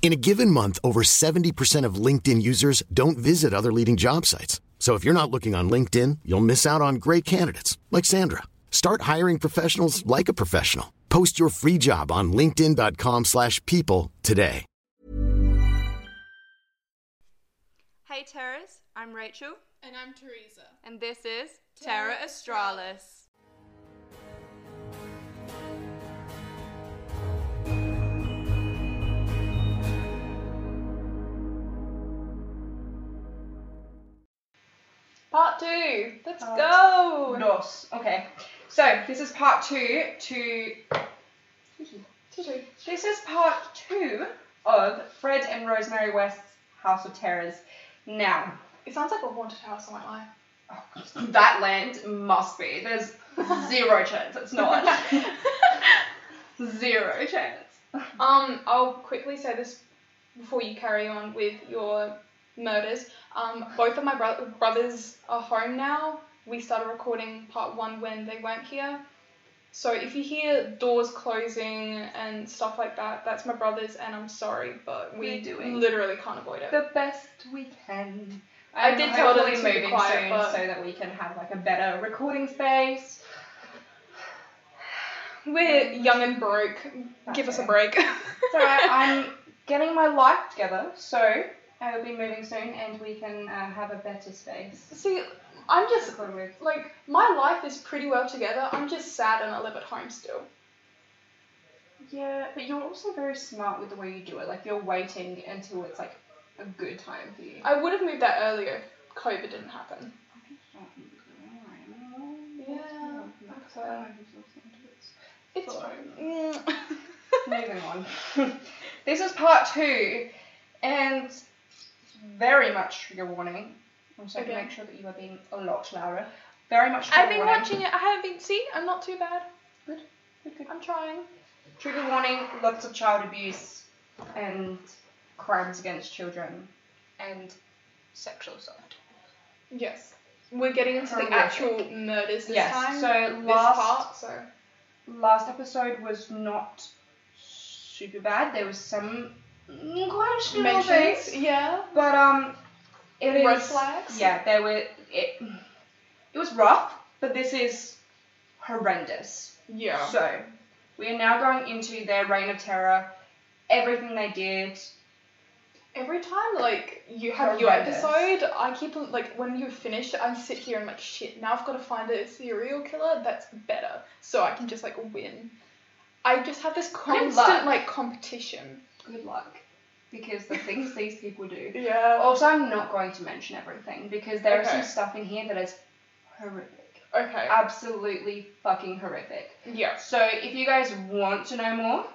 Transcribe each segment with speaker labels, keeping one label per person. Speaker 1: In a given month, over 70% of LinkedIn users don't visit other leading job sites. So if you're not looking on LinkedIn, you'll miss out on great candidates like Sandra. Start hiring professionals like a professional. Post your free job on linkedin.com/people slash people today.
Speaker 2: Hey Terras, I'm Rachel,
Speaker 3: And I'm Teresa.
Speaker 2: and this is Terra Australis.
Speaker 3: Part two. Let's
Speaker 2: go.
Speaker 3: Nos. Okay. So this is part two to. This is part two of Fred and Rosemary West's House of Terrors. Now, oh,
Speaker 2: It sounds like a haunted house, I might lie.
Speaker 3: that land must be. There's zero chance it's not. zero chance.
Speaker 2: Um, I'll quickly say this before you carry on with your murders. Um, both of my bro- brothers are home now. We started recording part one when they weren't here. So if you hear doors closing and stuff like that, that's my brothers, and I'm sorry, but we
Speaker 3: We're doing
Speaker 2: literally can't avoid it.
Speaker 3: The best we can.
Speaker 2: I
Speaker 3: And
Speaker 2: did tell them
Speaker 3: hopefully
Speaker 2: to be
Speaker 3: moving
Speaker 2: quiet,
Speaker 3: soon
Speaker 2: but-
Speaker 3: so that we can have like a better recording space.
Speaker 2: We're young and broke. Give us a break.
Speaker 3: So I'm getting my life together, so I will be moving soon and we can uh, have a better space.
Speaker 2: See, I'm
Speaker 3: to
Speaker 2: just
Speaker 3: record with.
Speaker 2: like my life is pretty well together. I'm just sad and I live at home still.
Speaker 3: Yeah, but you're also very smart with the way you do it. Like you're waiting until it's like a good time for you.
Speaker 2: I would have moved that earlier if COVID didn't happen. Yeah, okay. It's
Speaker 3: Sorry.
Speaker 2: fine. Mm.
Speaker 3: Moving on. this is part two, and very much trigger warning. I'm sorry to
Speaker 2: Okay.
Speaker 3: make sure that you are being a lot louder. Very much trigger
Speaker 2: I've been
Speaker 3: warning.
Speaker 2: watching it. I haven't been. See, I'm not too bad.
Speaker 3: Good, good, good.
Speaker 2: I'm trying.
Speaker 3: Trigger warning, lots of child abuse and crimes against children and sexual assault.
Speaker 2: Yes. We're getting into the
Speaker 3: Horrific.
Speaker 2: actual murders this
Speaker 3: Yes,
Speaker 2: time.
Speaker 3: so
Speaker 2: this
Speaker 3: last-
Speaker 2: part. So
Speaker 3: Last episode was not super bad. There was some mm, questionable
Speaker 2: mentions.
Speaker 3: things,
Speaker 2: Yeah.
Speaker 3: but um, it is
Speaker 2: Red flags?
Speaker 3: Yeah, there were it. It was rough, but this is horrendous.
Speaker 2: Yeah.
Speaker 3: So, we are now going into their reign of terror, everything they did,
Speaker 2: Every time, like, you have your
Speaker 3: Horrendous.
Speaker 2: episode, I keep, like, when you finish, I sit here and, like, shit, now I've got to find a serial killer that's better so I can just, like, win. I just have this
Speaker 3: luck.
Speaker 2: constant, like, competition.
Speaker 3: good luck because the things these people do.
Speaker 2: Yeah.
Speaker 3: Also, I'm not going to mention everything because there
Speaker 2: Okay.
Speaker 3: is some stuff in here that is horrific.
Speaker 2: Okay.
Speaker 3: Um, Absolutely fucking horrific.
Speaker 2: yeah.
Speaker 3: So, if you guys want to know more,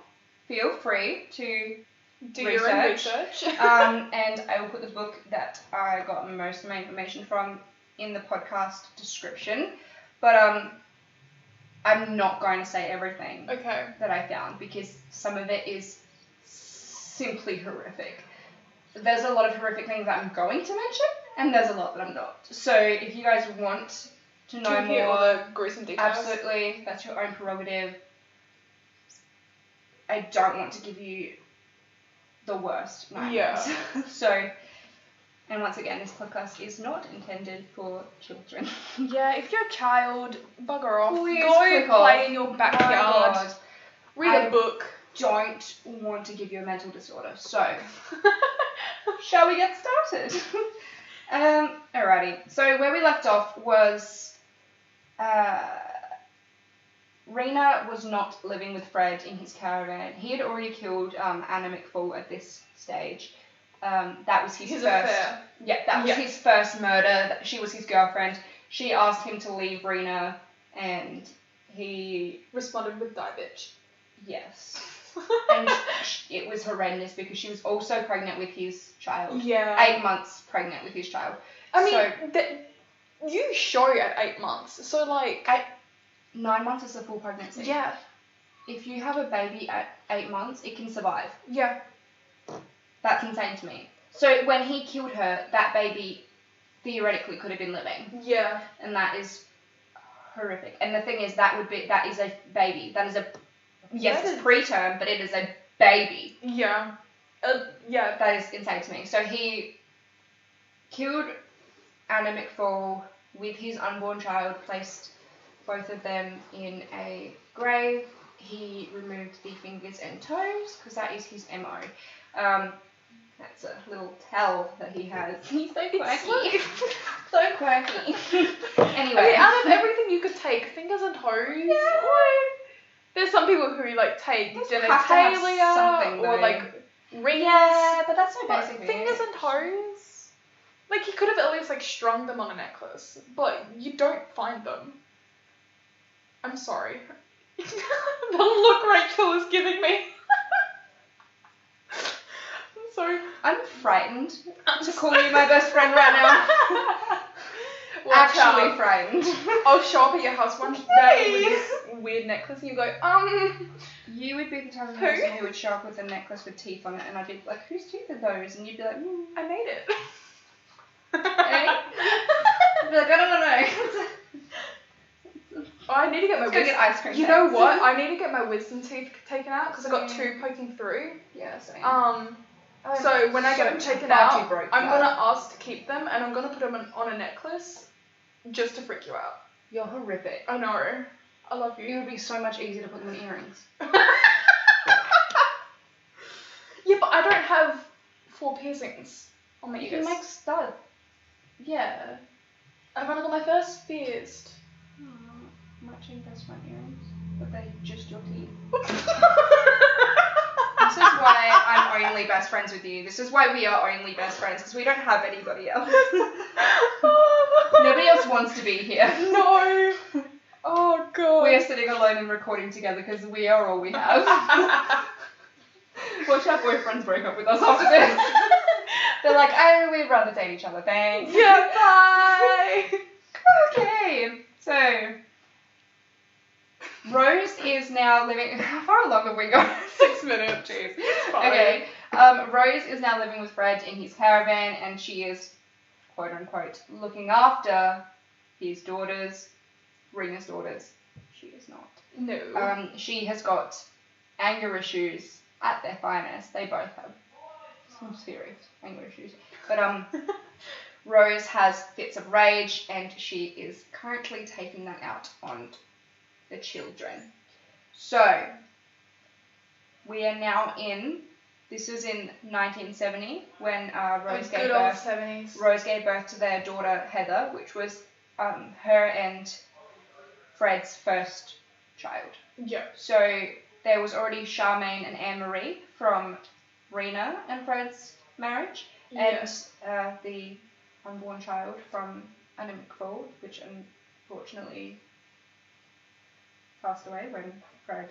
Speaker 3: feel free to.
Speaker 2: Do your own
Speaker 3: Research.
Speaker 2: research.
Speaker 3: Um, and I will put the book that I got most of my information from in the podcast description. But um, I'm not going to say everything
Speaker 2: okay.
Speaker 3: that I found because some of it is simply horrific. There's a lot of horrific things that I'm going to mention, and there's a lot that I'm not. So if you guys want to know
Speaker 2: Do you hear all
Speaker 3: more,
Speaker 2: the gruesome details?
Speaker 3: absolutely, that's your own prerogative. I don't want to give you the worst nightmares. so, and once again, this podcast is not intended for children.
Speaker 2: Yeah, if you're a child, bugger off.
Speaker 3: Please
Speaker 2: Go
Speaker 3: click
Speaker 2: play
Speaker 3: off.
Speaker 2: in your
Speaker 3: My
Speaker 2: backyard.
Speaker 3: God.
Speaker 2: Read a
Speaker 3: I-
Speaker 2: book.
Speaker 3: don't want to give you a mental disorder. So, shall we get started? um, alrighty. So where we left off was uh, Rena was not living with Fred in his caravan. He had already killed um, Anna McFall at this stage. Um, that was his,
Speaker 2: His
Speaker 3: first.
Speaker 2: affair.
Speaker 3: Yeah, that was
Speaker 2: Yeah.
Speaker 3: his first murder. That- She was his girlfriend. She asked him to leave Rena, and he
Speaker 2: Responded with die bitch.
Speaker 3: yes. and sh- it was horrendous because she was also pregnant with his child.
Speaker 2: Yeah.
Speaker 3: Eight months pregnant with his child.
Speaker 2: I mean,
Speaker 3: So-
Speaker 2: that you show at eight months, so like,
Speaker 3: Eight, nine months is a full pregnancy.
Speaker 2: yeah,
Speaker 3: If you have a baby at eight months, it can survive.
Speaker 2: yeah,
Speaker 3: That's insane to me. So when he killed her, that baby theoretically could have been living,
Speaker 2: yeah,
Speaker 3: and that is horrific. And the thing is, that would be that is a baby. That is a yes,
Speaker 2: That
Speaker 3: it's preterm, but it is a baby.
Speaker 2: yeah, uh, yeah,
Speaker 3: That is insane to me. So he killed Anna McFall with his unborn child, placed both of them in a grave. He removed the fingers and toes because that is his MO. Um, that's a little tell that he has. He's so quirky. so quirky. anyway.
Speaker 2: I mean, out of everything you could take, fingers and toes. There's some people who like take
Speaker 3: Things have to have
Speaker 2: genitalia
Speaker 3: something,
Speaker 2: or
Speaker 3: though.
Speaker 2: like rings.
Speaker 3: yeah, but that's so
Speaker 2: but
Speaker 3: basic.
Speaker 2: fingers and toes. Like he could have at least like strung them on a necklace, but you don't find them. I'm sorry. the look Rachel is giving me. I'm sorry.
Speaker 3: I'm frightened
Speaker 2: I'm
Speaker 3: to call you my best friend right now.
Speaker 2: Watch
Speaker 3: Actually
Speaker 2: out.
Speaker 3: frightened.
Speaker 2: I'll show up at your house one day with this weird necklace and you go, um.
Speaker 3: You would be the type of
Speaker 2: Who?
Speaker 3: person who would show up with a necklace with teeth on it, and I'd be like, whose teeth are those? And you'd be like, mm.
Speaker 2: I made it.
Speaker 3: I'd be like, I don't know.
Speaker 2: Oh, I need to get my
Speaker 3: Let's go
Speaker 2: wisdom.
Speaker 3: get ice cream.
Speaker 2: You know
Speaker 3: next.
Speaker 2: what? I need to get my wisdom teeth taken out because I got
Speaker 3: Same.
Speaker 2: two poking through.
Speaker 3: yeah, same.
Speaker 2: Um, so when I get them taken
Speaker 3: Glad
Speaker 2: out,
Speaker 3: you
Speaker 2: I'm
Speaker 3: broke that.
Speaker 2: gonna ask to keep them and I'm gonna put them on, on a necklace just to freak you out.
Speaker 3: You're horrific.
Speaker 2: I know. I love
Speaker 3: It
Speaker 2: you.
Speaker 3: would be so much easier to put them in earrings.
Speaker 2: Yeah, but I don't have four piercings on my
Speaker 3: You can
Speaker 2: ears.
Speaker 3: make studs.
Speaker 2: yeah. I've only got my first pierced.
Speaker 3: Matching best friend earrings, but they just your teeth. This
Speaker 2: this
Speaker 3: is why I'm only best friends with you. This is why we are only best friends, because we don't have anybody else. Nobody else wants to be here.
Speaker 2: No. Oh god.
Speaker 3: We are sitting alone and recording together because we are all we have. Watch our boyfriends break up with us after this. They're like, oh, we'd rather date each other, thanks.
Speaker 2: yeah, bye.
Speaker 3: Okay, so Rose is now living. How far along have we gone?
Speaker 2: Six minutes.
Speaker 3: Jeez.
Speaker 2: Fine.
Speaker 3: Okay, um, Rose is now living with Fred in his caravan, and she is quote unquote looking after his daughters, Rena's daughters. She is not.
Speaker 2: No.
Speaker 3: Um, she has got anger issues at their finest. They both have some serious anger issues. But um, Rose has fits of rage, and she is currently taking that out on the children. So we are now in. This is in 1970 when uh, Rose gave
Speaker 2: Oh, good old
Speaker 3: birth.
Speaker 2: seventies.
Speaker 3: Rose gave birth to their daughter Heather, which was um, her and Fred's first child.
Speaker 2: Yeah.
Speaker 3: So there was already Charmaine and Anne Marie from Rena and Fred's marriage,
Speaker 2: Yeah.
Speaker 3: and uh, the unborn child from Anna McFall, which unfortunately passed away when Fred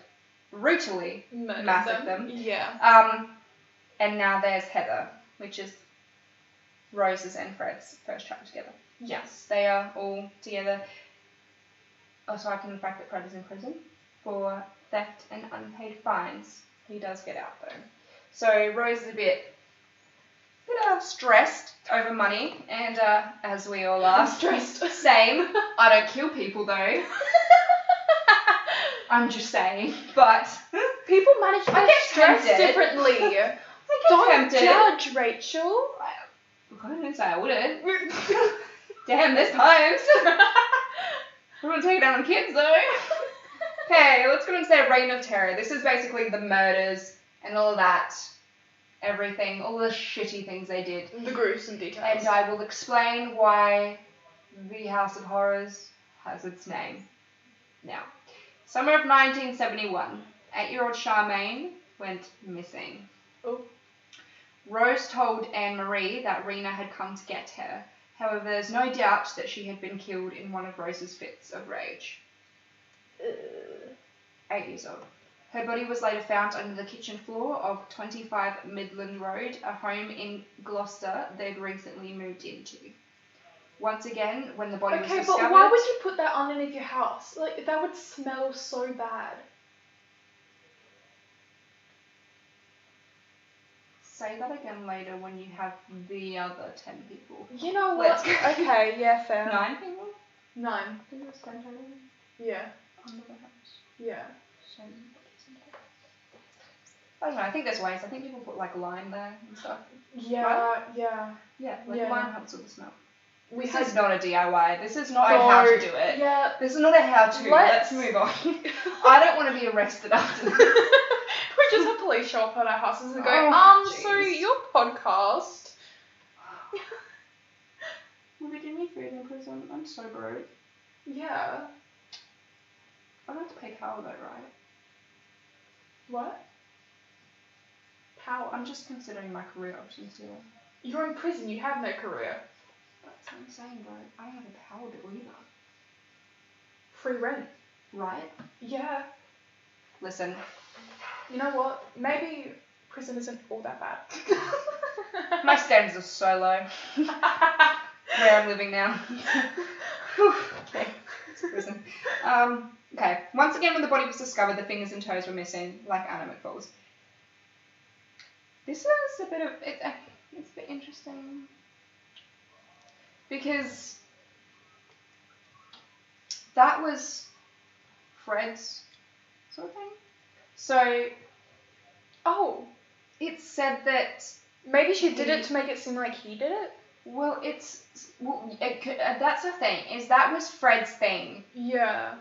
Speaker 3: brutally
Speaker 2: Murdered
Speaker 3: massacred them.
Speaker 2: Yeah.
Speaker 3: Um, and now there's Heather, which is Rose's and Fred's first child together. Yes, they are all together, aside from the fact that Fred is in prison for theft and unpaid fines. He does get out though. So Rose is a bit, bit uh, stressed over money, and uh, as we all are,
Speaker 2: stressed.
Speaker 3: Same. I don't kill people though. I'm just saying, but
Speaker 2: People manage
Speaker 3: I
Speaker 2: their
Speaker 3: get
Speaker 2: stress
Speaker 3: tempted.
Speaker 2: differently.
Speaker 3: I get
Speaker 2: Don't
Speaker 3: tempted.
Speaker 2: judge, Rachel.
Speaker 3: I didn't say I wouldn't. Damn, there's times. We're gonna take it down on kids though. okay, let's go into their reign of terror. This is basically the murders and all that, everything, all the shitty things they did.
Speaker 2: the gruesome details.
Speaker 3: And I will explain why the House of Horrors has its name. Now, summer of 1971, eight-year-old Charmaine went missing.
Speaker 2: oh.
Speaker 3: Rose told Anne Marie that Rena had come to get her. However, there's no doubt that she had been killed
Speaker 2: Uh.
Speaker 3: in one of Rose's fits of rage. Eight years old. Her body was later found under the kitchen floor of 25 Midland Road, a home in Gloucester they'd recently moved into. Once again, when the body
Speaker 2: Okay,
Speaker 3: was discovered,
Speaker 2: but why would you put that underneath your house? Like that would smell so bad.
Speaker 3: say that again later when you have the other 10 people.
Speaker 2: You know
Speaker 3: Let's
Speaker 2: what?
Speaker 3: go.
Speaker 2: Okay, yeah, fair.
Speaker 3: Nine people?
Speaker 2: Nine.
Speaker 3: I think it was 10 total.
Speaker 2: Yeah,
Speaker 3: Under the house.
Speaker 2: yeah.
Speaker 3: Shame. I don't know, I think there's ways. I think people put like lime there and stuff.
Speaker 2: Yeah, yeah.
Speaker 3: Yeah, like
Speaker 2: Yeah.
Speaker 3: lime helps with the smell.
Speaker 2: We
Speaker 3: this
Speaker 2: had
Speaker 3: is not a DIY. This is not a how to
Speaker 2: So,
Speaker 3: do it.
Speaker 2: Yeah.
Speaker 3: This is not a how to. Let's,
Speaker 2: Let's-
Speaker 3: move on. I don't want to be arrested after
Speaker 2: we
Speaker 3: this.
Speaker 2: just have police show up at our houses and go,
Speaker 3: Oh,
Speaker 2: um, so
Speaker 3: jeez.
Speaker 2: your podcast.
Speaker 3: Will they give me food in prison? I'm so broke.
Speaker 2: Yeah.
Speaker 3: I don't have to pay Carl though, right?
Speaker 2: What? Power.
Speaker 3: I'm just considering my career options here.
Speaker 2: You're in prison. You have no career.
Speaker 3: That's what I'm saying, bro. I don't have a power bill either.
Speaker 2: Free rent.
Speaker 3: Right?
Speaker 2: Yeah.
Speaker 3: Listen,
Speaker 2: You know what? Maybe prison isn't all that bad.
Speaker 3: my standards are so low. Where I'm living now. Whew, okay. It's prison. Um, okay. Once again, when the body was discovered, the fingers and toes were missing, like Anna McFall's. This is a bit of it, uh, it's a bit interesting because that was Fred's sort of thing. So
Speaker 2: oh,
Speaker 3: it said that
Speaker 2: maybe she did it to make it seem like he did it.
Speaker 3: well, it's well, it, could- uh, that's the thing is that was Fred's thing.
Speaker 2: Yeah.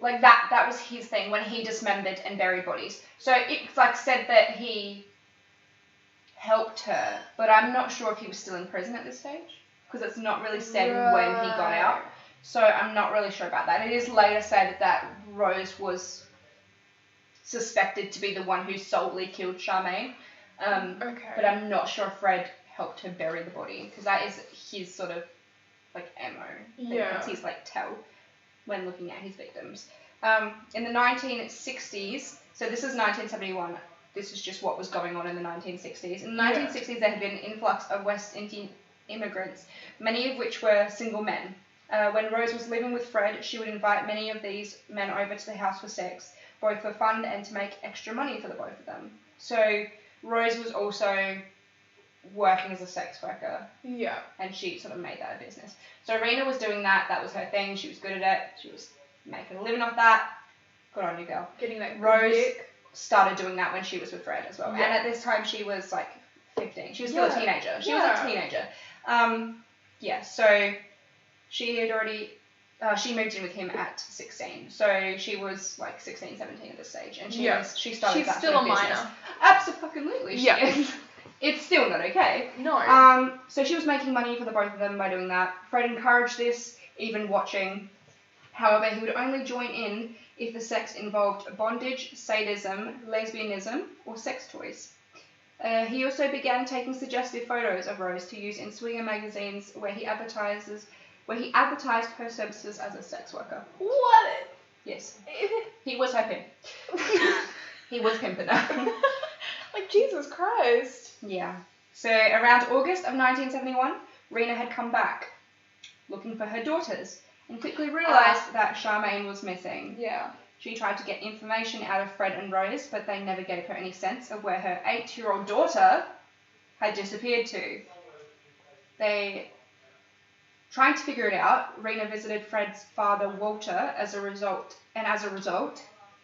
Speaker 3: like that that was his thing when he dismembered and buried bodies so it's like said that he helped her but i'm not sure if he was still in prison at this stage because it's not really said when he got out so i'm not really sure about that it is later said that rose was suspected to be the one who solely killed charmaine um,
Speaker 2: Okay.
Speaker 3: but i'm not sure if fred helped her bury the body because that is his sort of like mo thing.
Speaker 2: Yeah.
Speaker 3: That's his like tell when looking at his victims. Um, in the 1960s, so this is 1971. This is just what was going on in the 1960s. In the 1960s, there had been an influx of West Indian immigrants, many of which were single men. Uh, when Rose was living with Fred, she would invite many of these men over to the house for sex, both for fun and to make extra money for the both of them. So Rose was also working as a sex worker
Speaker 2: yeah.
Speaker 3: and she sort of made that a business. So Rena was doing that, that was her thing, she was good at it, she was making a living off that. Good on you, girl.
Speaker 2: Getting that good
Speaker 3: Rose
Speaker 2: dick.
Speaker 3: Started doing that when she was with Fred as well.
Speaker 2: Yeah.
Speaker 3: And at this time she was like 15. She was still
Speaker 2: Yeah.
Speaker 3: a teenager. She was
Speaker 2: Yeah.
Speaker 3: a teenager. Um, yeah, so she had already, uh, she moved in with him at 16. So she was like 16, 17 at this stage. And she
Speaker 2: Yeah.
Speaker 3: was, she started
Speaker 2: She's
Speaker 3: that
Speaker 2: still
Speaker 3: sort of
Speaker 2: a
Speaker 3: business.
Speaker 2: minor.
Speaker 3: Absolutely, she
Speaker 2: Yeah.
Speaker 3: is. It's still not okay.
Speaker 2: No.
Speaker 3: Um, so she was making money for the both of them by doing that. Fred encouraged this, even watching. However, he would only join in if the sex involved bondage, sadism, lesbianism, or sex toys. Uh, he also began taking suggestive photos of Rose to use in swinger magazines, where he advertises, where he advertised her services as a sex worker.
Speaker 2: what?
Speaker 3: Yes, he was her pimp. he was pimping her.
Speaker 2: like Jesus Christ.
Speaker 3: Yeah. So around August of 1971, Rena had come back looking for her daughters and quickly realised that Charmaine was missing.
Speaker 2: Yeah.
Speaker 3: She tried to get information out of Fred and Rose, but they never gave her any sense of where her eight year old daughter had disappeared to. They. Trying to figure it out, Rena visited Fred's father, Walter, as a result, and as a result,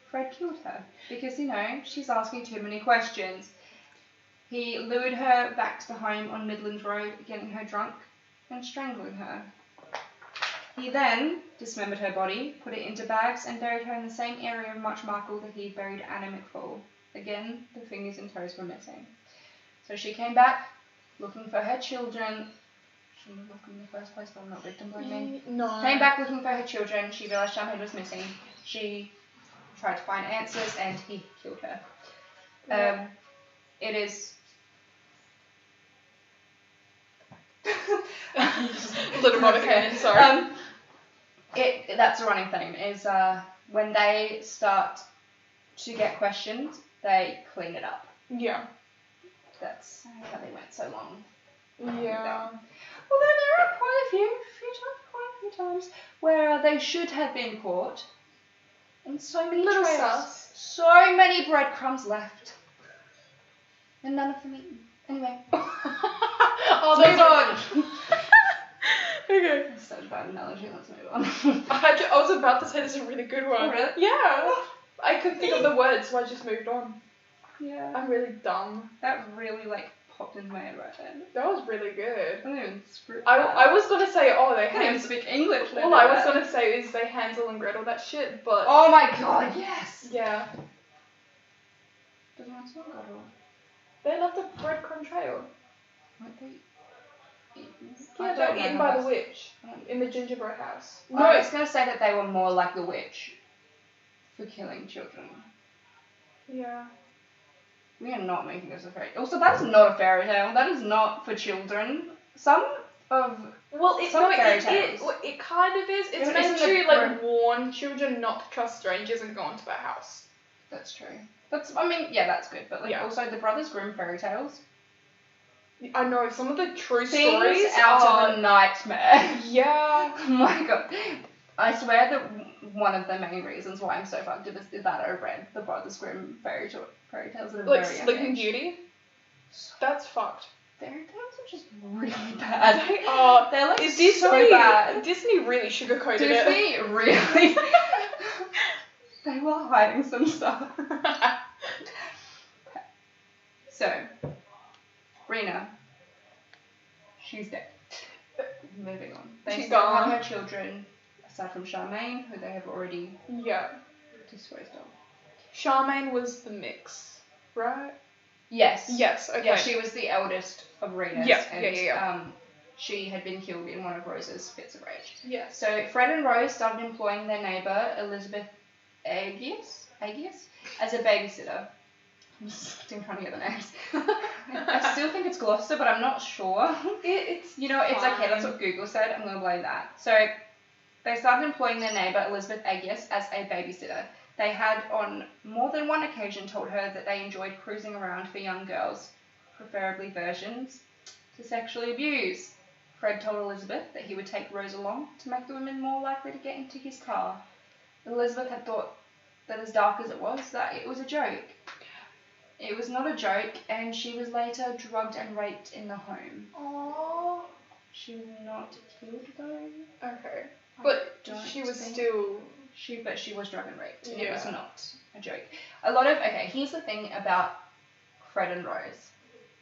Speaker 3: Fred killed her because, you know, she's asking too many questions. He lured her back to the home on Midland Road, getting her drunk and strangling her. He then dismembered her body, put it into bags, and buried her in the same area of Much Markle that he buried Anna McFall. Again, the fingers and toes were missing. So she came back looking for her children. Shouldn't have looked in the first place, but I'm not victim blaming.
Speaker 2: No.
Speaker 3: Came back looking for her children. She realised Shamhead was missing. She tried to find answers and he killed her. Um, it is.
Speaker 2: Little Mama Cannon, sorry.
Speaker 3: Um, it, that's a running theme is uh, when they start to get questioned, they clean it up.
Speaker 2: Yeah.
Speaker 3: That's how they went so long.
Speaker 2: Yeah.
Speaker 3: Although there are quite a few, few times, quite a few times where they should have been caught, and so many
Speaker 2: Little
Speaker 3: trails,
Speaker 2: sus.
Speaker 3: so many breadcrumbs left, and none of them eaten. Anyway,
Speaker 2: oh,
Speaker 3: let's move
Speaker 2: those
Speaker 3: on.
Speaker 2: are- Okay.
Speaker 3: That's Such a bad analogy. Let's move
Speaker 2: I,
Speaker 3: on.
Speaker 2: had to- I was about to say this is a really good one.
Speaker 3: Oh, really?
Speaker 2: Yeah. I couldn't think of the words, so I just moved on.
Speaker 3: yeah,
Speaker 2: I'm really dumb.
Speaker 3: that really like popped into my head right then.
Speaker 2: That was really
Speaker 3: I
Speaker 2: good.
Speaker 3: don't even speak.
Speaker 2: I, I was gonna say, oh, they
Speaker 3: I can't even
Speaker 2: Hansel.
Speaker 3: speak English.
Speaker 2: All I was gonna say is they Hansel and Gretel that shit, but
Speaker 3: Oh my god, yes.
Speaker 2: yeah,
Speaker 3: But no, it's not that all.
Speaker 2: they left a breadcrumb trail.
Speaker 3: Weren't they eaten?
Speaker 2: Yeah, they were eaten by the
Speaker 3: witch.
Speaker 2: witch in the gingerbread house.
Speaker 3: No,
Speaker 2: No,
Speaker 3: I was gonna say that they were more like the witch for killing children.
Speaker 2: yeah.
Speaker 3: We are not making this a fairy. Also, that is not a fairy tale. That is not for children. Some of
Speaker 2: Well, it,
Speaker 3: Some
Speaker 2: no, it,
Speaker 3: fairy
Speaker 2: it,
Speaker 3: tales.
Speaker 2: it, well, it kind of is. It's
Speaker 3: Yeah, but
Speaker 2: meant
Speaker 3: isn't
Speaker 2: to
Speaker 3: it
Speaker 2: like
Speaker 3: for-
Speaker 2: warn children not to trust strangers and go into their house.
Speaker 3: that's true. That's I mean yeah, that's good. But like
Speaker 2: Yeah.
Speaker 3: also the Brothers Grimm fairy tales.
Speaker 2: I know some of the true
Speaker 3: Things
Speaker 2: stories
Speaker 3: out
Speaker 2: are.
Speaker 3: of a nightmare.
Speaker 2: yeah.
Speaker 3: Oh my god. I swear that w- one of the main reasons why I'm so fucked up is that I read the Brothers Grimm fairy, to- fairy tales at a
Speaker 2: Like
Speaker 3: very young
Speaker 2: Sleeping
Speaker 3: age.
Speaker 2: Beauty. That's fucked.
Speaker 3: Fairy tales are just really bad.
Speaker 2: They are.
Speaker 3: They're like
Speaker 2: Is
Speaker 3: so
Speaker 2: Disney
Speaker 3: bad.
Speaker 2: Disney really sugarcoated it.
Speaker 3: Disney really. they were hiding some stuff. so, Rena, she's dead. Moving on. They
Speaker 2: She's
Speaker 3: still
Speaker 2: gone.
Speaker 3: have her children, aside from Charmaine, who they have already
Speaker 2: yeah.
Speaker 3: disposed of.
Speaker 2: Charmaine was the mix, right?
Speaker 3: Yes.
Speaker 2: Yes, okay.
Speaker 3: Yeah, she was the eldest of Rena's.
Speaker 2: Yeah,
Speaker 3: and,
Speaker 2: yeah, yeah, yeah.
Speaker 3: Um, she had been killed in one of Rose's fits of rage.
Speaker 2: yes.
Speaker 3: So Fred and Rose started employing their neighbour Elizabeth Agius, Agius as a babysitter. I'm still trying to get the names. I still think it's Gloucester, but I'm not sure.
Speaker 2: it's
Speaker 3: You know, it's okay. That's
Speaker 2: Fine.
Speaker 3: what Google said. I'm gonna blame that. So they started employing their neighbour Elizabeth Agius as a babysitter. They had on more than one occasion told her that they enjoyed cruising around for young girls, preferably virgins, to sexually abuse. Fred told Elizabeth that he would take Rose along to make the women more likely to get into his car. Elizabeth had thought that as dark as it was, that it was a joke. It was not a joke, and she was later drugged and raped in the home.
Speaker 2: Aww.
Speaker 3: She was not killed though.
Speaker 2: Okay.
Speaker 3: I
Speaker 2: But
Speaker 3: don't
Speaker 2: she was
Speaker 3: think-
Speaker 2: still
Speaker 3: She, but she was drug and raped, and it was
Speaker 2: Yeah.
Speaker 3: not a joke. A lot of okay. Here's the thing about Fred and Rose.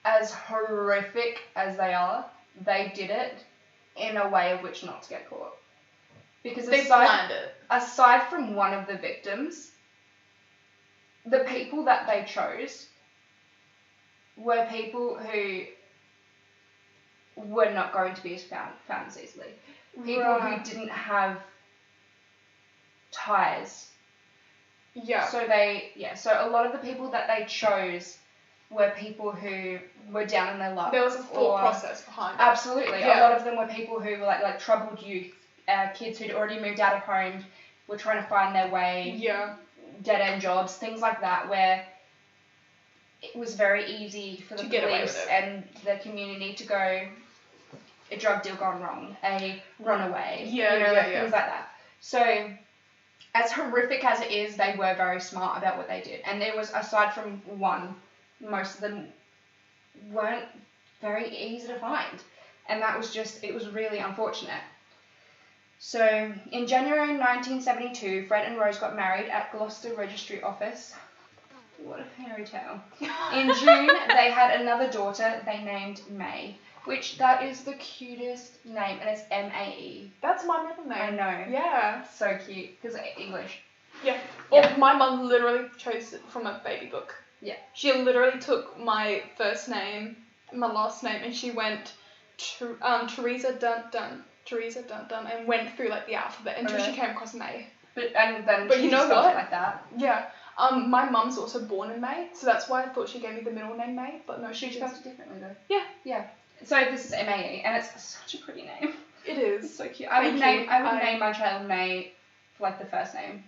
Speaker 3: As horrific as they are, they did it in a way of which not to get caught. Because
Speaker 2: they
Speaker 3: aside,
Speaker 2: planned it.
Speaker 3: aside from one of the victims, the people that they chose were people who were not going to be found, found as easily. People
Speaker 2: Right.
Speaker 3: who didn't have ties.
Speaker 2: Yeah.
Speaker 3: So they, yeah, so a lot of the people that they chose were people who were down in their luck.
Speaker 2: there was a thought
Speaker 3: or-
Speaker 2: process behind it.
Speaker 3: Absolutely. A
Speaker 2: Yeah.
Speaker 3: lot of them were people who were like, like troubled youth, uh, kids who'd already moved out of home, were trying to find their way
Speaker 2: Yeah.
Speaker 3: dead end jobs, things like that, where it was very easy for the
Speaker 2: To get away with
Speaker 3: police
Speaker 2: it.
Speaker 3: and the community to go a drug deal gone wrong, a runaway,
Speaker 2: Yeah,
Speaker 3: you know,
Speaker 2: yeah,
Speaker 3: like,
Speaker 2: yeah.
Speaker 3: things like that. So, as horrific as it is, they were very smart about what they did, and there was aside from one, most of them weren't very easy to find, and that was just it was really unfortunate. So, in January 1972, Fred and Rose got married at Gloucester Registry Office. What a fairy tale. In June, they had another daughter they named May, which that is the cutest name, and it's M A E.
Speaker 2: That's my middle
Speaker 3: I
Speaker 2: name.
Speaker 3: know.
Speaker 2: Yeah.
Speaker 3: So cute, because English.
Speaker 2: Yeah.
Speaker 3: Yeah.
Speaker 2: Well, my mum literally chose it from a baby book.
Speaker 3: Yeah.
Speaker 2: She literally took my first name, my last name, and she went to um Teresa Dun Dun. Teresa Dun Dun and went through like the alphabet until
Speaker 3: Okay.
Speaker 2: she came across May.
Speaker 3: But and then
Speaker 2: But
Speaker 3: she
Speaker 2: you know
Speaker 3: just spelled it
Speaker 2: what?
Speaker 3: like that.
Speaker 2: Yeah. Um, my mum's also born in May, so that's why I thought she gave me the middle name May, but no, she
Speaker 3: She
Speaker 2: just
Speaker 3: spelled it differently though.
Speaker 2: Yeah.
Speaker 3: Yeah. So this is M A E, and it's such a pretty name.
Speaker 2: It
Speaker 3: It's
Speaker 2: is.
Speaker 3: so cute. I would
Speaker 2: Thank you.
Speaker 3: name I would
Speaker 2: I-
Speaker 3: name my child May for like the first name.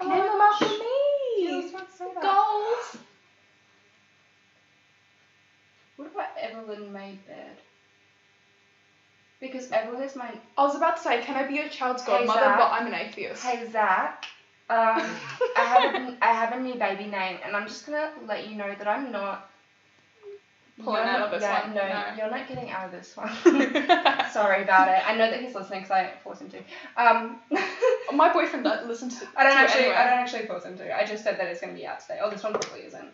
Speaker 2: Name them after me.
Speaker 3: I was
Speaker 2: Please.
Speaker 3: about to say that.
Speaker 2: Goals.
Speaker 3: What about Evelyn made bed? Because Evelyn is my
Speaker 2: I was about to say, can I be your child's
Speaker 3: Hey,
Speaker 2: godmother?
Speaker 3: Zach.
Speaker 2: But I'm an atheist.
Speaker 3: Hey Zach. Um, I have a, I have a new baby name, and I'm just gonna let you know that I'm not
Speaker 2: Pulling
Speaker 3: you're
Speaker 2: out
Speaker 3: not-
Speaker 2: of this
Speaker 3: yeah,
Speaker 2: one,
Speaker 3: No,
Speaker 2: no.
Speaker 3: you're not getting out of this one. Sorry about it. I know that he's listening because I forced him to. Um,
Speaker 2: My boyfriend does listen to.
Speaker 3: I don't
Speaker 2: to it
Speaker 3: actually
Speaker 2: anyway.
Speaker 3: I don't actually force him to. I just said that it's gonna be out today. Oh, this one probably isn't.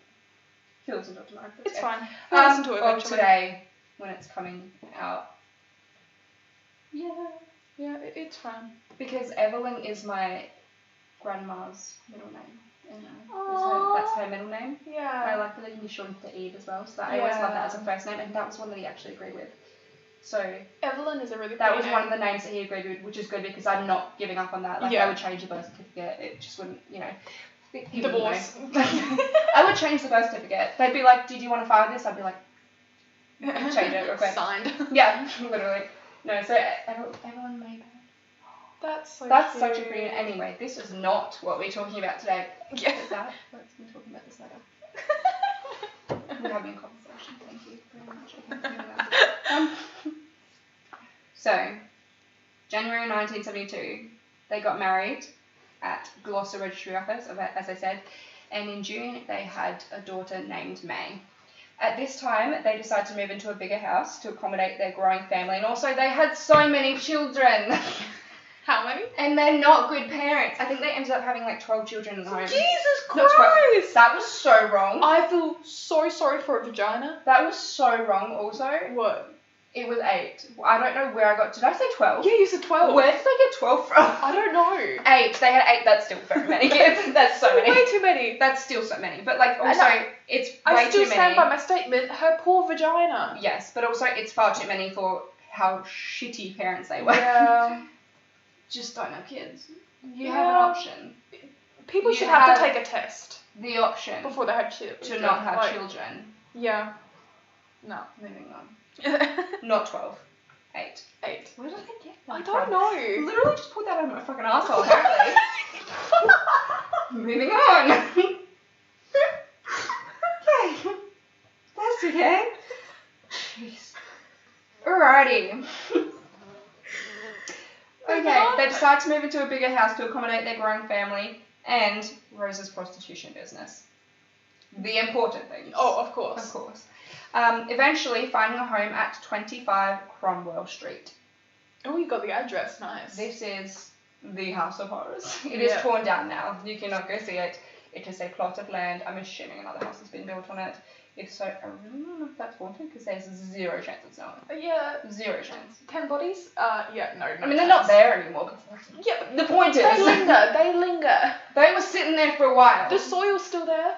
Speaker 3: He'll listen to it tomorrow.
Speaker 2: It's
Speaker 3: okay.
Speaker 2: fine. He'll
Speaker 3: Um,
Speaker 2: listen to it
Speaker 3: or
Speaker 2: eventually.
Speaker 3: today when it's coming out. Yeah.
Speaker 2: Yeah, it, it's fine.
Speaker 3: Because Evelyn is my grandma's middle name. And that's, her, that's her middle name. And I
Speaker 2: Yeah.
Speaker 3: like that it can be shortened to Eve E as well, so I always love that as a first name, and that was one that he actually agreed with. So
Speaker 2: Evelyn is a really.
Speaker 3: that
Speaker 2: pretty
Speaker 3: was
Speaker 2: name.
Speaker 3: one of the names that he agreed with, which is good because I'm not giving up on that. Like
Speaker 2: Yeah.
Speaker 3: I would change the birth certificate. It just wouldn't, you know. he wouldn't
Speaker 2: Divorce.
Speaker 3: know. I would change the birth certificate. They'd be like, "Did you want to file this?" I'd be like, Change it real quick.
Speaker 2: Signed.
Speaker 3: "Yeah, literally." No, so everyone, everyone made.
Speaker 2: That's so.
Speaker 3: That's
Speaker 2: cute.
Speaker 3: such a pretty. Anyway, this is not what we're talking about today.
Speaker 2: Yeah.
Speaker 3: Is that? Let's be talking about this later. We're having a conversation. Thank you very much. I think we're allowed to- Um, so, January 1972, they got married at Gloucester Registry Office, of- as I said, and in June they had a daughter named May. At this time, they decided to move into a bigger house to accommodate their growing family, and also they had so many children.
Speaker 2: How many?
Speaker 3: And they're not good parents. I think they ended up having like 12 children at home.
Speaker 2: Jesus
Speaker 3: Not 12 that was so wrong.
Speaker 2: I feel so sorry for a vagina.
Speaker 3: That was so wrong, also.
Speaker 2: What?
Speaker 3: It was 8. I don't know where I got. Did I say 12?
Speaker 2: Yeah, you said twelve.
Speaker 3: Where did I get 12
Speaker 2: I
Speaker 3: from?
Speaker 2: don't know.
Speaker 3: 8. They had 8. That's still very many kids. That's so
Speaker 2: Way
Speaker 3: many.
Speaker 2: too many.
Speaker 3: That's still so many. But like, also,
Speaker 2: I-
Speaker 3: it's way
Speaker 2: I still
Speaker 3: too many.
Speaker 2: stand by my statement. Her poor vagina.
Speaker 3: Yes, but also, it's far too many for how shitty parents they were.
Speaker 2: Yeah.
Speaker 3: Just don't have kids. You
Speaker 2: Yeah.
Speaker 3: have an option.
Speaker 2: People
Speaker 3: You
Speaker 2: should have, to
Speaker 3: have-
Speaker 2: take a test
Speaker 3: The option
Speaker 2: before they have children.
Speaker 3: to not have
Speaker 2: Like,
Speaker 3: children.
Speaker 2: Yeah. No.
Speaker 3: Moving on.
Speaker 2: Eight.
Speaker 3: Not 12. 8. Where did I get that?
Speaker 2: I
Speaker 3: from?
Speaker 2: don't know.
Speaker 3: Literally just pulled that out of my fucking asshole, apparently. Moving on. okay. That's okay. Jeez. Alrighty. okay,
Speaker 2: on.
Speaker 3: they decide to move into a bigger house to accommodate their growing family and Rose's prostitution business. The important things.
Speaker 2: Oh, of course.
Speaker 3: Of course. Um, eventually, finding a home at 25 Cromwell Street.
Speaker 2: Oh, you got the address. Nice.
Speaker 3: This is the House of Horrors. It is
Speaker 2: Yeah.
Speaker 3: torn down now. You cannot go see it. It is a plot of land. I'm assuming another house has been built on it. If so, I really don't know if that's haunted because there's zero chance it's not.
Speaker 2: Uh, yeah.
Speaker 3: Zero chance.
Speaker 2: Ten bodies? Uh, yeah, no, no.
Speaker 3: I mean, they're not
Speaker 2: chance.
Speaker 3: there anymore. But
Speaker 2: Yeah, but
Speaker 3: the point is,
Speaker 2: they linger. They linger.
Speaker 3: they were sitting there for a while.
Speaker 2: The soil's still there.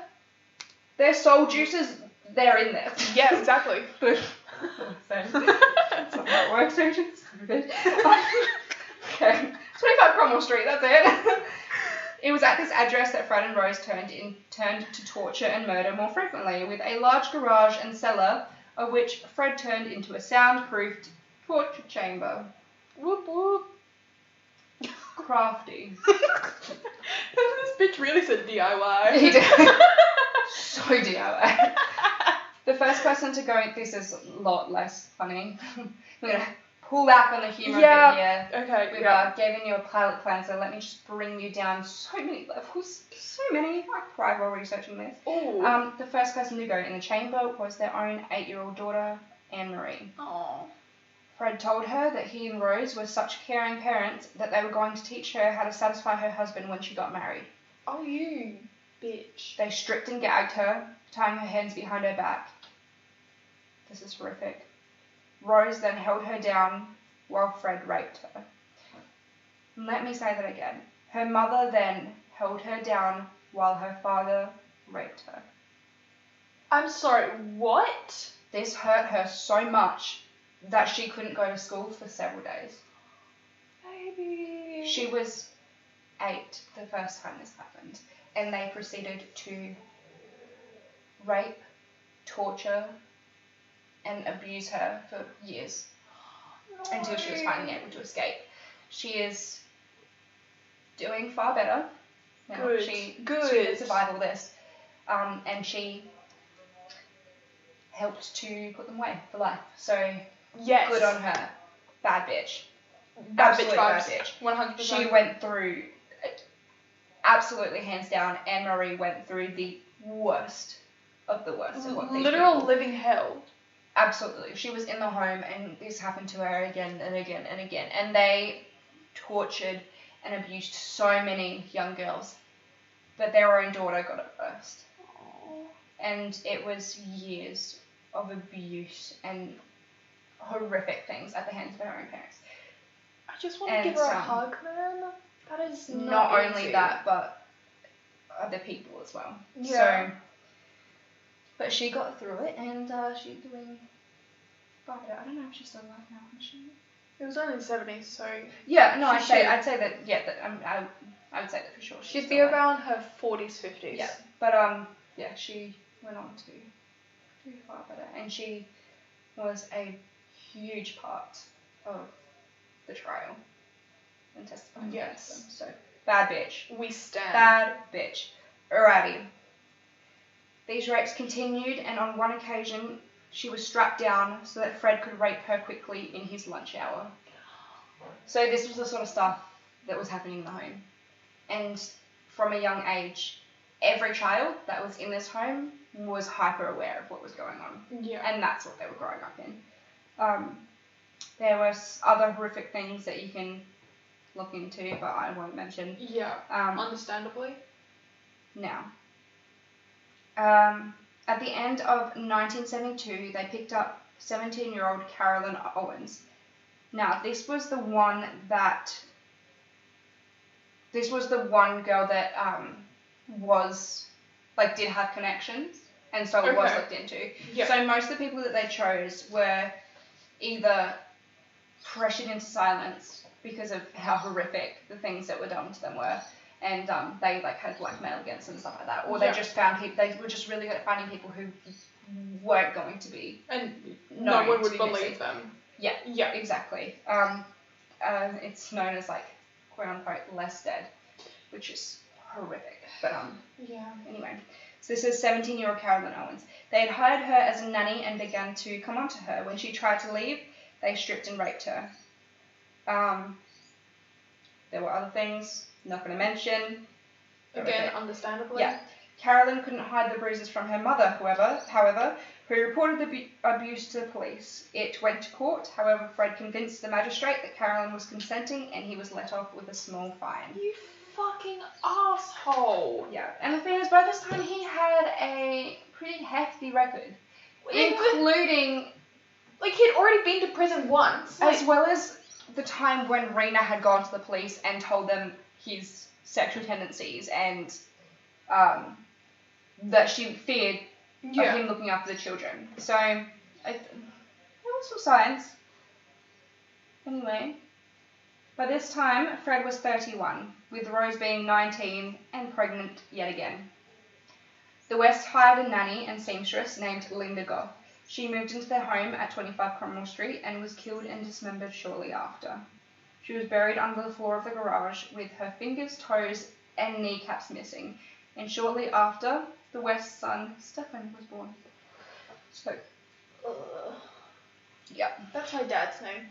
Speaker 3: Their soul juices, they're in there.
Speaker 2: Yeah, exactly.
Speaker 3: That's not how it works, so just- okay. 25 Cromwell Street, that's it. it was at this address that Fred and Rose turned in turned to torture and murder more frequently, with a large garage and cellar, of which Fred turned into a soundproofed torture chamber.
Speaker 2: whoop whoop.
Speaker 3: Crafty.
Speaker 2: this bitch really said DIY.
Speaker 3: He did. so DIY. The first person to go, this is a lot less funny. We're gonna pull back on the humor
Speaker 2: Yeah.
Speaker 3: a bit here.
Speaker 2: Okay.
Speaker 3: We've
Speaker 2: Yeah.
Speaker 3: uh, given you a pilot plan, so let me just bring you down so many levels, so many. I cry while researching this.
Speaker 2: Ooh.
Speaker 3: Um, the first person to go in the chamber was their own eight-year-old daughter, Anne Marie.
Speaker 2: Aw.
Speaker 3: Fred told her that he and Rose were such caring parents that they were going to teach her how to satisfy her husband when she got married.
Speaker 2: Oh, you bitch.
Speaker 3: They stripped and gagged her, tying her hands behind her back. This is horrific. Rose then held her down while Fred raped her. Let me say that again. Her mother then held her down while her father raped her.
Speaker 2: I'm sorry. What?
Speaker 3: This hurt her so much that she couldn't go to school for several days.
Speaker 2: Baby.
Speaker 3: She was eight the first time this happened, and they proceeded to rape, torture, and abuse her for years until she was finally able to escape. She is doing far better. now.
Speaker 2: Good,
Speaker 3: She
Speaker 2: good.
Speaker 3: student survival list, um, and she helped to put them away for life. So
Speaker 2: Yes.
Speaker 3: good on her. Bad bitch.
Speaker 2: Bad bitch
Speaker 3: Absolute
Speaker 2: vibes.
Speaker 3: bad bitch.
Speaker 2: 100%.
Speaker 3: She went through, absolutely hands down. Anne Marie went through the worst of the worst of what these
Speaker 2: literal
Speaker 3: people-
Speaker 2: living hell.
Speaker 3: Absolutely. She was in the home and this happened to her again and again and again. And they tortured and abused so many young girls. But their own daughter got it first. And it was years of abuse and horrific things at the hands of her own parents.
Speaker 2: I just want to
Speaker 3: And
Speaker 2: give her a
Speaker 3: some.
Speaker 2: hug, man. That is
Speaker 3: Not,
Speaker 2: not,
Speaker 3: only
Speaker 2: easy.
Speaker 3: that, but other people as well.
Speaker 2: Yeah.
Speaker 3: So, but she got through it and uh, she's doing. better. I don't know if she's still alive now, is she?
Speaker 2: It was only the 70s, so
Speaker 3: Yeah, no,
Speaker 2: She
Speaker 3: I'd say
Speaker 2: should.
Speaker 3: I'd say that. Yeah, that um, I I would say that for sure.
Speaker 2: she'd
Speaker 3: still
Speaker 2: be
Speaker 3: alive.
Speaker 2: around her 40s, 50s.
Speaker 3: Yeah, but um, yeah, she went on to do far better, and she was a huge part of the trial and testifying. against
Speaker 2: Yes.
Speaker 3: them. So bad bitch.
Speaker 2: We stand.
Speaker 3: Bad bitch. Alrighty. These rapes continued, and on one occasion, she was strapped down so that Fred could rape her quickly in his lunch hour. So, this was the sort of stuff that was happening in the home. And from a young age, every child that was in this home was hyper aware of what was going on
Speaker 2: Yeah.
Speaker 3: and that's what they were growing up in. Um, there were s- other horrific things that you can look into, but I won't mention
Speaker 2: yeah.
Speaker 3: um,
Speaker 2: Understandably.
Speaker 3: now. Um, at the end of 1972, they picked up 17 year old Carolyn Owens. Now, this was the one that. This was the one girl that um, was. Like, did have connections, and so it was
Speaker 2: Okay.
Speaker 3: looked into.
Speaker 2: Yeah.
Speaker 3: So, most of the people that they chose were either pressured into silence because of how horrific the things that were done to them were. And um, they like had blackmail against them and stuff like that, or
Speaker 2: Yeah.
Speaker 3: they just found people. They were just really good at finding people who weren't going to be.
Speaker 2: And
Speaker 3: known
Speaker 2: no one
Speaker 3: to
Speaker 2: would
Speaker 3: be
Speaker 2: believe
Speaker 3: missing.
Speaker 2: them.
Speaker 3: Yeah,
Speaker 2: Yeah.
Speaker 3: exactly. Um, uh, it's known as like quote unquote less dead, which is horrific. But um,
Speaker 2: Yeah.
Speaker 3: Anyway, so this is 17 year old Carolyn Owens. They had hired her as a nanny and began to come on to her. When she tried to leave, they stripped and raped her. Um, there were other things, not going to mention.
Speaker 2: Again,
Speaker 3: Okay.
Speaker 2: understandably.
Speaker 3: Yeah. Carolyn couldn't hide the bruises from her mother, however, however, who reported the bu- abuse to the police. It went to court. However, Fred convinced the magistrate that Carolyn was consenting and he was let off with a small fine.
Speaker 2: You fucking asshole.
Speaker 3: Yeah, and the thing is, by this time he had a pretty hefty record,
Speaker 2: It was-
Speaker 3: including
Speaker 2: Like he'd already been to prison once. Like,
Speaker 3: as well as the time when Rena had gone to the police and told them his sexual tendencies and um, that she feared
Speaker 2: yeah.
Speaker 3: of him looking after the children. So, I, there were some signs. Anyway, by this time, Fred was 31, with Rose being 19 and pregnant yet again. The West hired a nanny and seamstress named Linda Goff. She moved into their home at 25 Cromwell Street and was killed and dismembered shortly after. She was buried under the floor of the garage with her fingers, toes, and kneecaps missing. And shortly after, the West's son, Stefan, was born. So,
Speaker 2: Ugh.
Speaker 3: yeah.
Speaker 2: That's my dad's name.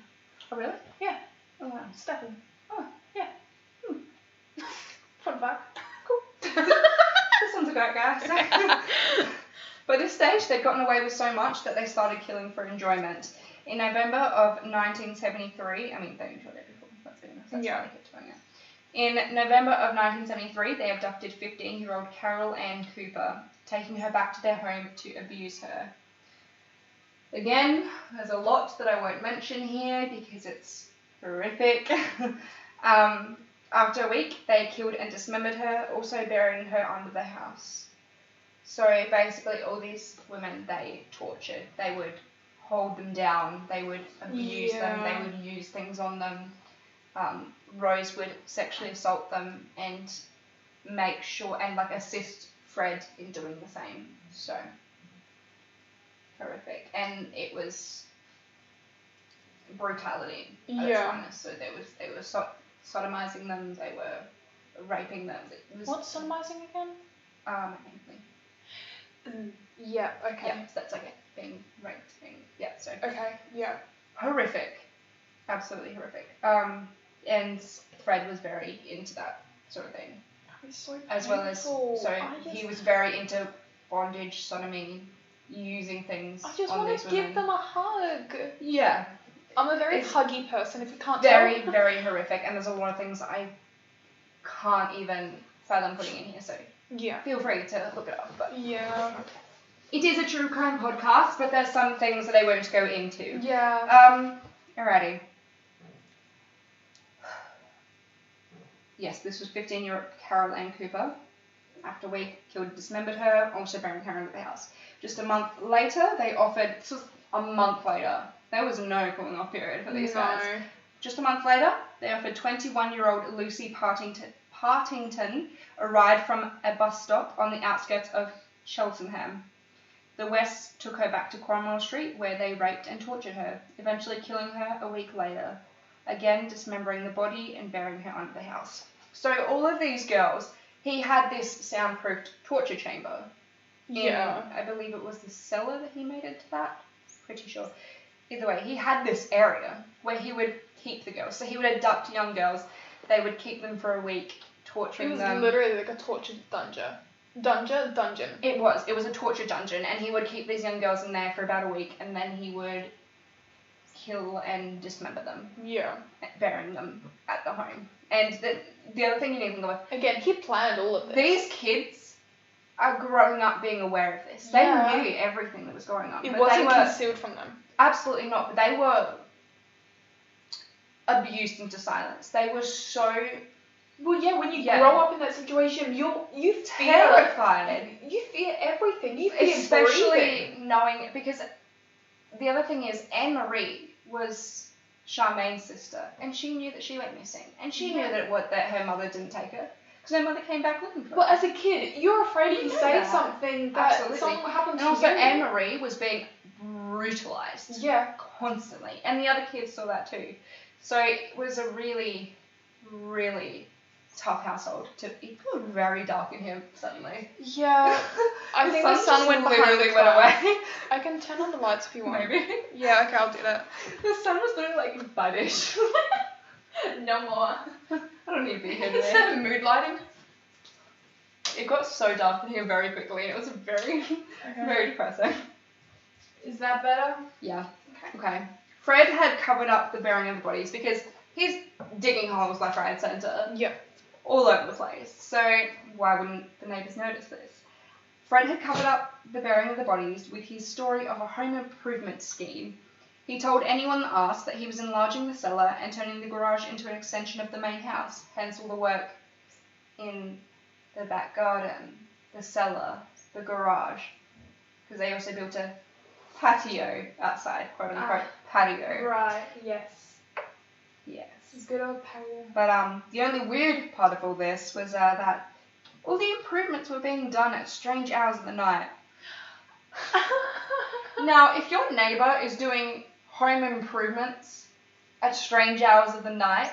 Speaker 3: Oh, really?
Speaker 2: Yeah.
Speaker 3: Oh, wow.
Speaker 2: Stefan.
Speaker 3: Oh,
Speaker 2: Yeah. Fun fact.
Speaker 3: Hmm. cool. this one's a great guy. By this stage, they'd gotten away with so much that they started killing for enjoyment. In November of 1973, I mean, they enjoyed it before, that's good enough. That's
Speaker 2: Yeah.
Speaker 3: why they kept doing it. In November of 1973, they abducted 15 year old Carol Ann Cooper, taking her back to their home to abuse her. Again, there's a lot that I won't mention here because it's horrific. um, after a week, they killed and dismembered her, also burying her under their house. So basically, all these women they tortured. They would hold them down, they would abuse
Speaker 2: Yeah.
Speaker 3: them, they would use things on them. Um, Rose would sexually assault them and make sure and like assist Fred in doing the same. So horrific, and it was brutality at its
Speaker 2: Yeah.
Speaker 3: finest. So there was they were so- sodomizing them, they were raping them. It was,
Speaker 2: What's sodomizing again?
Speaker 3: Um, I
Speaker 2: Mm, Yeah, okay.
Speaker 3: Yeah, so that's like it, being raped, being yeah, so
Speaker 2: Okay, yeah.
Speaker 3: horrific, absolutely horrific. Um, and Fred was very into that sort of thing,
Speaker 2: It's so
Speaker 3: as well as
Speaker 2: painful.
Speaker 3: so
Speaker 2: I just,
Speaker 3: he was very into bondage, sodomy, using things.
Speaker 2: I just
Speaker 3: on
Speaker 2: want
Speaker 3: these
Speaker 2: to
Speaker 3: women.
Speaker 2: give them a hug.
Speaker 3: Yeah,
Speaker 2: I'm a very
Speaker 3: It's
Speaker 2: huggy person. If you can't
Speaker 3: very
Speaker 2: tell.
Speaker 3: very horrific, and there's a lot of things I can't even fathom putting in here. So
Speaker 2: Yeah.
Speaker 3: feel free to look it up, but.
Speaker 2: Yeah.
Speaker 3: It is a true crime podcast, but there's some things that I won't go into.
Speaker 2: Yeah.
Speaker 3: Um, alrighty. Yes, this was 15 year old Carol Ann Cooper. After Wake killed and dismembered her, also buried her in the house. Just a month later, they offered. This was a month later. There was no cooling off period
Speaker 2: Oh,
Speaker 3: for these guys. Just a month later, they offered 21 year old Lucy Partington, Partington a ride from a bus stop on the outskirts of Cheltenham. The Wests took her back to Cromwell Street, where they raped and tortured her, eventually killing her a week later, again dismembering the body and burying her under the house. So, all of these girls, he had this soundproofed torture chamber. in-
Speaker 2: Yeah.
Speaker 3: I believe it was the cellar that he made it to that. Pretty sure. Either way, he had this area where he would keep the girls. So he would abduct young girls. They would keep them for a week,
Speaker 2: It
Speaker 3: torturing
Speaker 2: was
Speaker 3: them.
Speaker 2: literally like a tortured dungeon. Dungeon? Dungeon.
Speaker 3: It was. It was a torture dungeon, and he would keep these young girls in there for about a week, and then he would kill and dismember them,
Speaker 2: Yeah.
Speaker 3: burying them at the home. And the, the other thing you need to think of,
Speaker 2: Again, he planned all of this.
Speaker 3: these kids are growing up being aware of this. They
Speaker 2: Yeah.
Speaker 3: knew everything that was going on.
Speaker 2: It
Speaker 3: but they
Speaker 2: wasn't
Speaker 3: were,
Speaker 2: concealed from them.
Speaker 3: Absolutely not. But they were abused into silence. They were so
Speaker 2: Well, yeah, when you
Speaker 3: Yeah.
Speaker 2: grow up in that situation, you're you fear
Speaker 3: terrified,
Speaker 2: You fear everything. You fear
Speaker 3: especially
Speaker 2: breathing.
Speaker 3: knowing because the other thing is Anne Marie was Charmaine's sister, and she knew that she went missing, and she
Speaker 2: Yeah.
Speaker 3: knew that what that her mother didn't take her because her mother came back looking for her.
Speaker 2: Well, uh, as a kid, you're afraid if
Speaker 3: You
Speaker 2: you
Speaker 3: know
Speaker 2: say
Speaker 3: that.
Speaker 2: something that
Speaker 3: Absolutely.
Speaker 2: something will happen
Speaker 3: and
Speaker 2: to
Speaker 3: also
Speaker 2: you.
Speaker 3: Anne Marie was being brutalized.
Speaker 2: Yeah.
Speaker 3: constantly. And the other kids saw that too. So it was a really, really tough household to it got very dark in here suddenly.
Speaker 2: Yeah. I think the sun
Speaker 3: just
Speaker 2: went behind
Speaker 3: literally
Speaker 2: the
Speaker 3: went
Speaker 2: cloud.
Speaker 3: away.
Speaker 2: I can turn on the lights if you want.
Speaker 3: Maybe.
Speaker 2: Yeah, okay, I'll do that.
Speaker 3: The sun was literally like buddish.
Speaker 2: No more.
Speaker 3: I don't need to be here
Speaker 2: Is
Speaker 3: today.
Speaker 2: that mood lighting?
Speaker 3: It got so dark in here very quickly and it was very very depressing.
Speaker 2: Is that better?
Speaker 3: Yeah. Okay. Okay. Fred had covered up the burying of the bodies because he's digging holes left, right, and centre.
Speaker 2: Yeah.
Speaker 3: all over the place, so why wouldn't the neighbours notice this? Fred had covered up the burying of the bodies with his story of a home improvement scheme. He told anyone that asked that he was enlarging the cellar and turning the garage into an extension of the main house, hence all the work in the back garden, the cellar, the garage, because they also built a patio outside, quote unquote,
Speaker 2: Ah.
Speaker 3: patio.
Speaker 2: Right, yes.
Speaker 3: Yes.
Speaker 2: Good old Perry.
Speaker 3: But um, the only weird part of all this was uh, that all the improvements were being done at strange hours of the night. Now, if your neighbour is doing home improvements at strange hours of the night,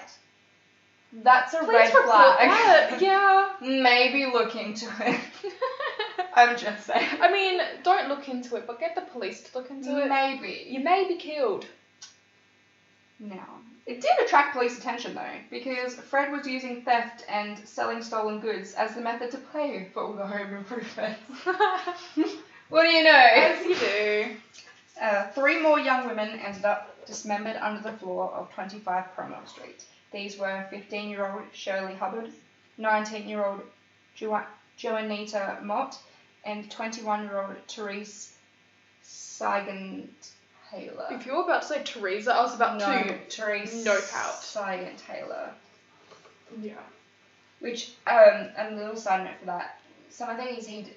Speaker 3: that's a
Speaker 2: Please
Speaker 3: red
Speaker 2: report
Speaker 3: flag.
Speaker 2: that. Yeah.
Speaker 3: Maybe look into it. I'm just saying.
Speaker 2: I mean, don't look into it, but get the police to look into it.
Speaker 3: Maybe.
Speaker 2: You may be killed.
Speaker 3: Now, it did attract police attention though, because Fred was using theft and selling stolen goods as the method to pay for all the home improvements. what do you
Speaker 2: As
Speaker 3: know?
Speaker 2: you do.
Speaker 3: Uh, three more young women ended up dismembered under the floor of 25 Cromwell Street. These were 15 year old Shirley Hubbard, 19 year old jo- Joanita Mott, and 21 year old Therese Sigand Taylor.
Speaker 2: If you were about to say Teresa, I was about
Speaker 3: No,
Speaker 2: to.
Speaker 3: Therese
Speaker 2: No doubt.
Speaker 3: Sigand Taylor.
Speaker 2: Yeah.
Speaker 3: Which, um, and a little side note for that, some of these he d-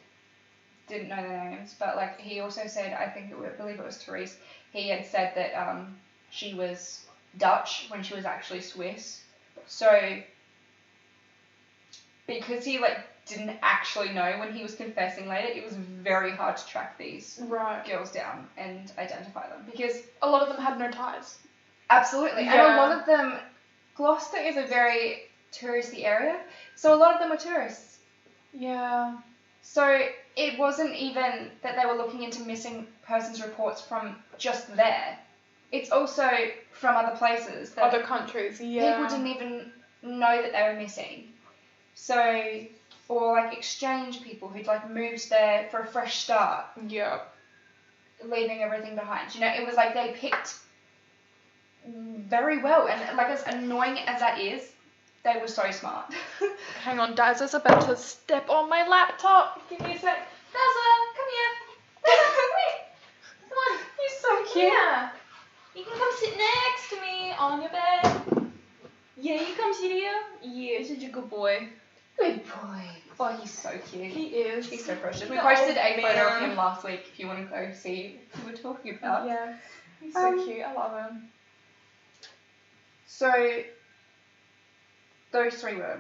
Speaker 3: didn't know their names, but like he also said, I think it was, I believe it was Therese, he had said that um, she was Dutch when she was actually Swiss. So, because he like didn't actually know when he was confessing later, it was very hard to track these
Speaker 2: Right.
Speaker 3: girls down and identify them because
Speaker 2: A lot of them had no ties.
Speaker 3: Absolutely. And
Speaker 2: Yeah.
Speaker 3: a lot of them, Gloucester is a very touristy area. So a lot of them were tourists.
Speaker 2: Yeah.
Speaker 3: So it wasn't even that they were looking into missing persons reports from just there. It's also from other places that
Speaker 2: Other countries. Yeah.
Speaker 3: people didn't even know that they were missing. So, or like exchange people who'd like moved there for a fresh start,
Speaker 2: Yeah.
Speaker 3: leaving everything behind. You know, it was like they picked very well, and like as annoying as that is, they were so smart.
Speaker 2: Hang on, Daz is about to step on my laptop. Give me a sec.
Speaker 3: Daza, come here. come on, you're so cute.
Speaker 2: Yeah.
Speaker 3: You can come sit next to me on your bed.
Speaker 2: Yeah, he comes here. Yeah, such a good boy.
Speaker 3: Good boy. Oh, he's so
Speaker 2: He
Speaker 3: cute.
Speaker 2: is.
Speaker 3: He's so precious. We
Speaker 2: He's an
Speaker 3: posted
Speaker 2: old
Speaker 3: a photo of
Speaker 2: man.
Speaker 3: him last week if you want to go see who we're talking about.
Speaker 2: Yeah. He's so
Speaker 3: Um,
Speaker 2: cute. I love him.
Speaker 3: So, those three were.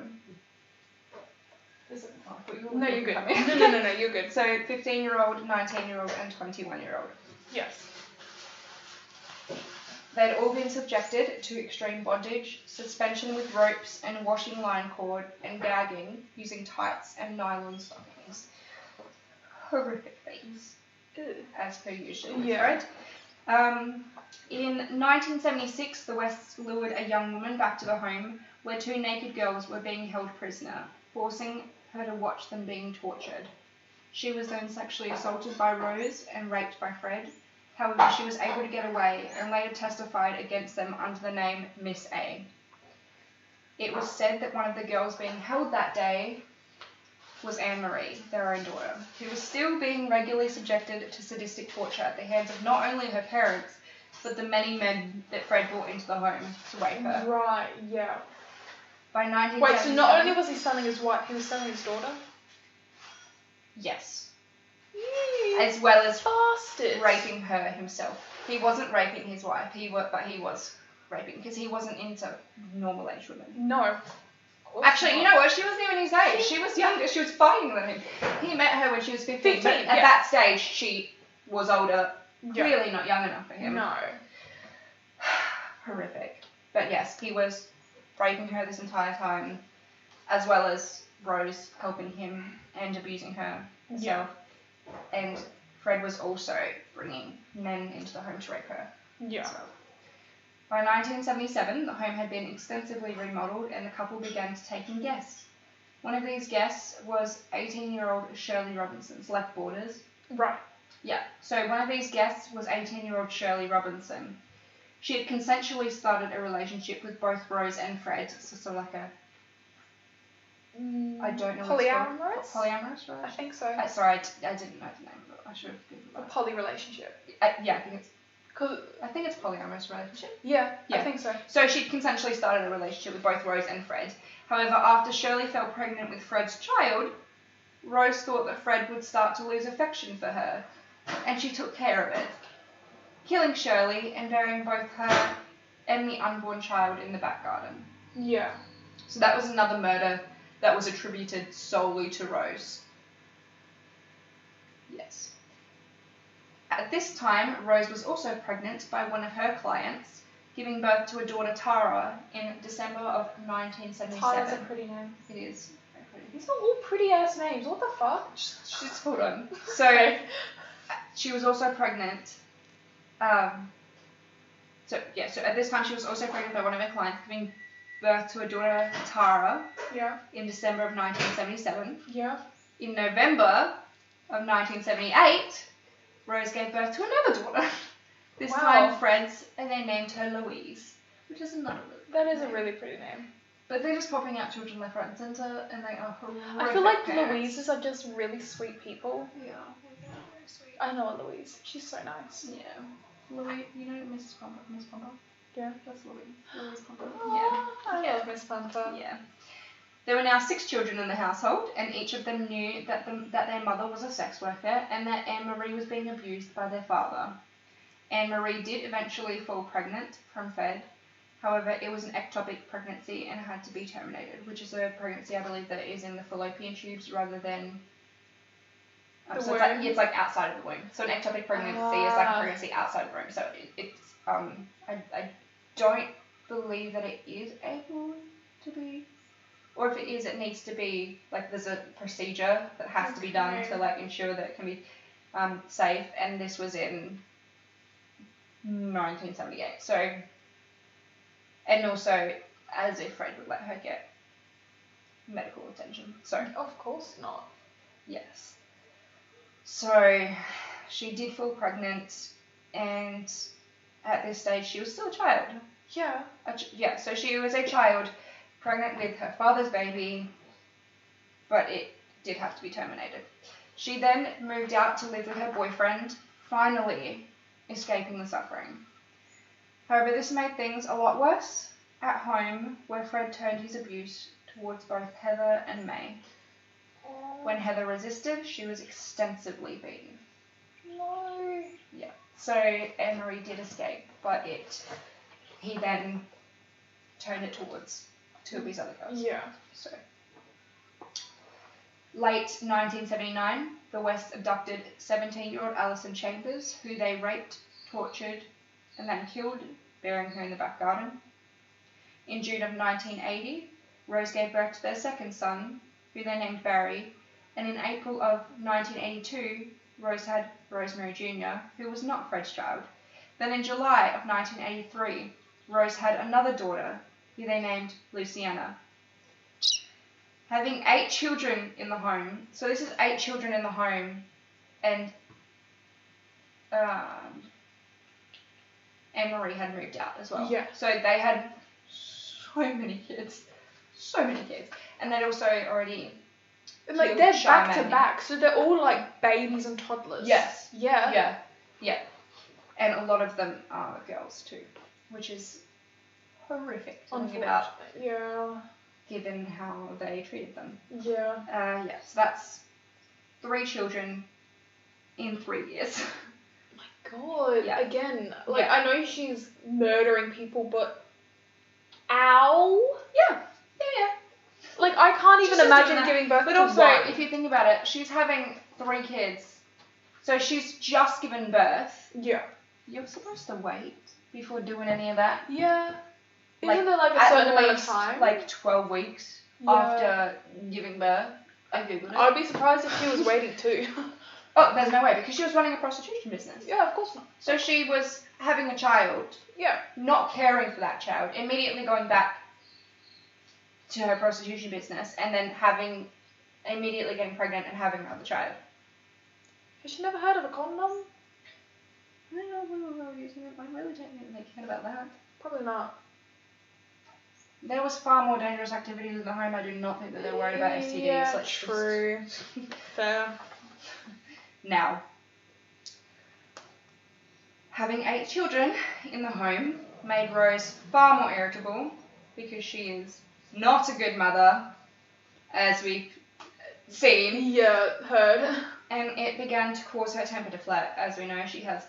Speaker 3: Is it- oh, I thought you were
Speaker 2: No, you're good.
Speaker 3: coming.
Speaker 2: no, no, no, no, you're good.
Speaker 3: So, 15 year old, 19 year old, and 21 year old.
Speaker 2: Yes.
Speaker 3: They'd all been subjected to extreme bondage, suspension with ropes and washing line cord, and gagging using tights and nylon stockings. Horrific things, as per usual. with
Speaker 2: Yeah.
Speaker 3: Fred. Um, in 1976, the Wests lured a young woman back to the home where two naked girls were being held prisoner, forcing her to watch them being tortured. She was then sexually assaulted by Rose and raped by Fred. However, she was able to get away and later testified against them under the name Miss A. It was said that one of the girls being held that day was Anne Marie, their own daughter, who was still being regularly subjected to sadistic torture at the hands of not only her parents, but the many men that Fred brought into the home to rape her.
Speaker 2: Right, yeah.
Speaker 3: By 1977,
Speaker 2: Wait, so not only was he selling his wife, he was selling his daughter?
Speaker 3: yes,
Speaker 2: Yee,
Speaker 3: as well as
Speaker 2: bastards.
Speaker 3: raping her himself. He wasn't raping his wife. He wa but he was raping because he wasn't into normal age women.
Speaker 2: No. of course
Speaker 3: Actually, you
Speaker 2: not.
Speaker 3: know what? She wasn't even his age. She was younger. She was fighting than him. He met her when she was 15. but
Speaker 2: 15,
Speaker 3: at
Speaker 2: yeah.
Speaker 3: that stage, she was older.
Speaker 2: Yeah.
Speaker 3: Clearly not young enough for him.
Speaker 2: No.
Speaker 3: Horrific. But yes, he was raping her this entire time, as well as Rose helping him and abusing her herself. And Fred was also bringing men into the home to rape her.
Speaker 2: Yeah.
Speaker 3: as well. By 1977, the home had been extensively remodeled and the couple began to take in guests. One of these guests was 18 year old Shirley Robinson's left borders.
Speaker 2: Right.
Speaker 3: Yeah, so one of these guests was 18 year old Shirley Robinson. She had consensually started a relationship with both Rose and Fred, so, so like a, I don't know what it's called.
Speaker 2: Polyamorous?
Speaker 3: Polyamorous
Speaker 2: I
Speaker 3: relationship?
Speaker 2: think so.
Speaker 3: Uh, sorry, I, d- I didn't know the name of it. I should have
Speaker 2: A
Speaker 3: Googled it.
Speaker 2: poly relationship.
Speaker 3: Uh, yeah, I think it's,
Speaker 2: 'Cause-
Speaker 3: I think it's polyamorous relationship.
Speaker 2: yeah, I
Speaker 3: Yeah.
Speaker 2: think so.
Speaker 3: So she'd consensually started a relationship with both Rose and Fred. However, after Shirley fell pregnant with Fred's child, Rose thought that Fred would start to lose affection for her, and she took care of it, killing Shirley and burying both her and the unborn child in the back garden.
Speaker 2: Yeah.
Speaker 3: So that was another murder that was attributed solely to Rose. Yes. At this time, Rose was also pregnant by one of her clients, giving birth to a daughter Tara in December of
Speaker 2: Tyler's a
Speaker 3: 1977.
Speaker 2: pretty name.
Speaker 3: It is. very pretty.
Speaker 2: These are all pretty ass names. What the fuck?
Speaker 3: Just hold on. So
Speaker 2: Okay.
Speaker 3: she was also pregnant. Um, so yeah, so at this time she was also pregnant by one of her clients, giving birth to a daughter Tara
Speaker 2: Yeah.
Speaker 3: in December of 1977.
Speaker 2: Yeah.
Speaker 3: In November of 1978, Rose gave birth to another daughter. This
Speaker 2: Wow.
Speaker 3: time, Fred's, and they named her Louise, which is another. really-
Speaker 2: That is a really pretty name.
Speaker 3: But they're just popping out children left, right, and centre, and they are horrific.
Speaker 2: I feel like
Speaker 3: parents.
Speaker 2: Louises are just really sweet people.
Speaker 3: Yeah, they are very sweet.
Speaker 2: I know a Louise. She's so nice.
Speaker 3: Yeah. Louise, you know Mrs. Pomper? Miss Pomper?
Speaker 2: Yeah.
Speaker 3: That's Louise. Louise Pomper. Yeah.
Speaker 2: Oh, I
Speaker 3: Yeah.
Speaker 2: love Miss Panther.
Speaker 3: Yeah. There were now six children in the household, and each of them knew that, the, that their mother was a sex worker and that Anne Marie was being abused by their father. Anne Marie did eventually fall pregnant from Fed. However, it was an ectopic pregnancy and had to be terminated, which is a pregnancy I believe that is in the fallopian tubes rather than. um,
Speaker 2: The
Speaker 3: so it's like-
Speaker 2: womb?
Speaker 3: It's like, outside of the womb. So an ectopic pregnancy is like
Speaker 2: Ah.
Speaker 3: a pregnancy outside of the womb. So it, it's um I, I don't believe that it is able to be or if it is, it needs to be like there's a procedure that has to be done
Speaker 2: Okay.
Speaker 3: to like ensure that it can be um, safe. And this was in 1978. So, and also as if Fred would let her get medical attention. So
Speaker 2: Of course not.
Speaker 3: yes. So she did fall pregnant, and at this stage she was still a child.
Speaker 2: Yeah.
Speaker 3: A ch- yeah, so she was a child pregnant with her father's baby, but it did have to be terminated. She then moved out to live with her boyfriend, finally escaping the suffering. However, this made things a lot worse at home, where Fred turned his abuse towards both Heather and May. When Heather resisted, she was extensively beaten.
Speaker 2: No.
Speaker 3: Yeah. So Emery did escape, but it he then turned it towards two of his other girls.
Speaker 2: Yeah.
Speaker 3: So late 1979, the West abducted 17-year-old Alison Chambers, who they raped, tortured, and then killed, burying her in the back garden. In June of 1980, Rose gave birth to their second son, who they named Barry, and in April of 1982, Rose had Rosemary Jr., who was not Fred's child. Then in July of 1983, Rose had another daughter, who they named Luciana. Having eight children in the home, so this is eight children in the home, and um, Anne Marie had moved out as well.
Speaker 2: Yeah.
Speaker 3: So they had so many kids, so many kids, and they'd also already
Speaker 2: And like
Speaker 3: Huge
Speaker 2: they're back to
Speaker 3: shaman.
Speaker 2: back, so they're all like babies and toddlers.
Speaker 3: Yes.
Speaker 2: Yeah.
Speaker 3: Yeah, yeah. And a lot of them are girls too, which is horrific to think about
Speaker 2: Unfortunately. Yeah.
Speaker 3: given how they treated them.
Speaker 2: Yeah.
Speaker 3: Uh, yeah, so that's three children in three years.
Speaker 2: God.
Speaker 3: Yeah.
Speaker 2: Again, like
Speaker 3: Yeah.
Speaker 2: I know she's murdering people, but ow.
Speaker 3: yeah, yeah, yeah.
Speaker 2: Like I can't
Speaker 3: She's
Speaker 2: even
Speaker 3: just
Speaker 2: imagine
Speaker 3: doing that.
Speaker 2: giving birth
Speaker 3: But
Speaker 2: to
Speaker 3: also,
Speaker 2: one.
Speaker 3: if you think about it, she's having three kids. So she's just given birth.
Speaker 2: yeah.
Speaker 3: You're supposed to wait before doing any of that.
Speaker 2: Yeah.
Speaker 3: Like,
Speaker 2: Isn't there like a
Speaker 3: At
Speaker 2: certain amount of
Speaker 3: least,
Speaker 2: time?
Speaker 3: Like 12 weeks
Speaker 2: Yeah.
Speaker 3: after giving birth. I googled it.
Speaker 2: I'd be surprised if she was waiting too.
Speaker 3: Oh, there's no way because she was running a prostitution business.
Speaker 2: yeah, of course not.
Speaker 3: So she was having a child,
Speaker 2: Yeah.
Speaker 3: not caring for that child, immediately going back to her prostitution business, and then having immediately getting pregnant and having another child.
Speaker 2: Has she never heard of a condom?
Speaker 3: I don't know why we were using it. I really don't think they care about that.
Speaker 2: Probably not.
Speaker 3: There was far more dangerous activities in the home. I do not think that they're worried about STDs.
Speaker 2: Yeah,
Speaker 3: like,
Speaker 2: true. Fair.
Speaker 3: Now, having eight children in the home made Rose far more irritable because she is not a good mother, as we've seen,
Speaker 2: Yeah, heard.
Speaker 3: and it began to cause her temper to flare. As we know, she has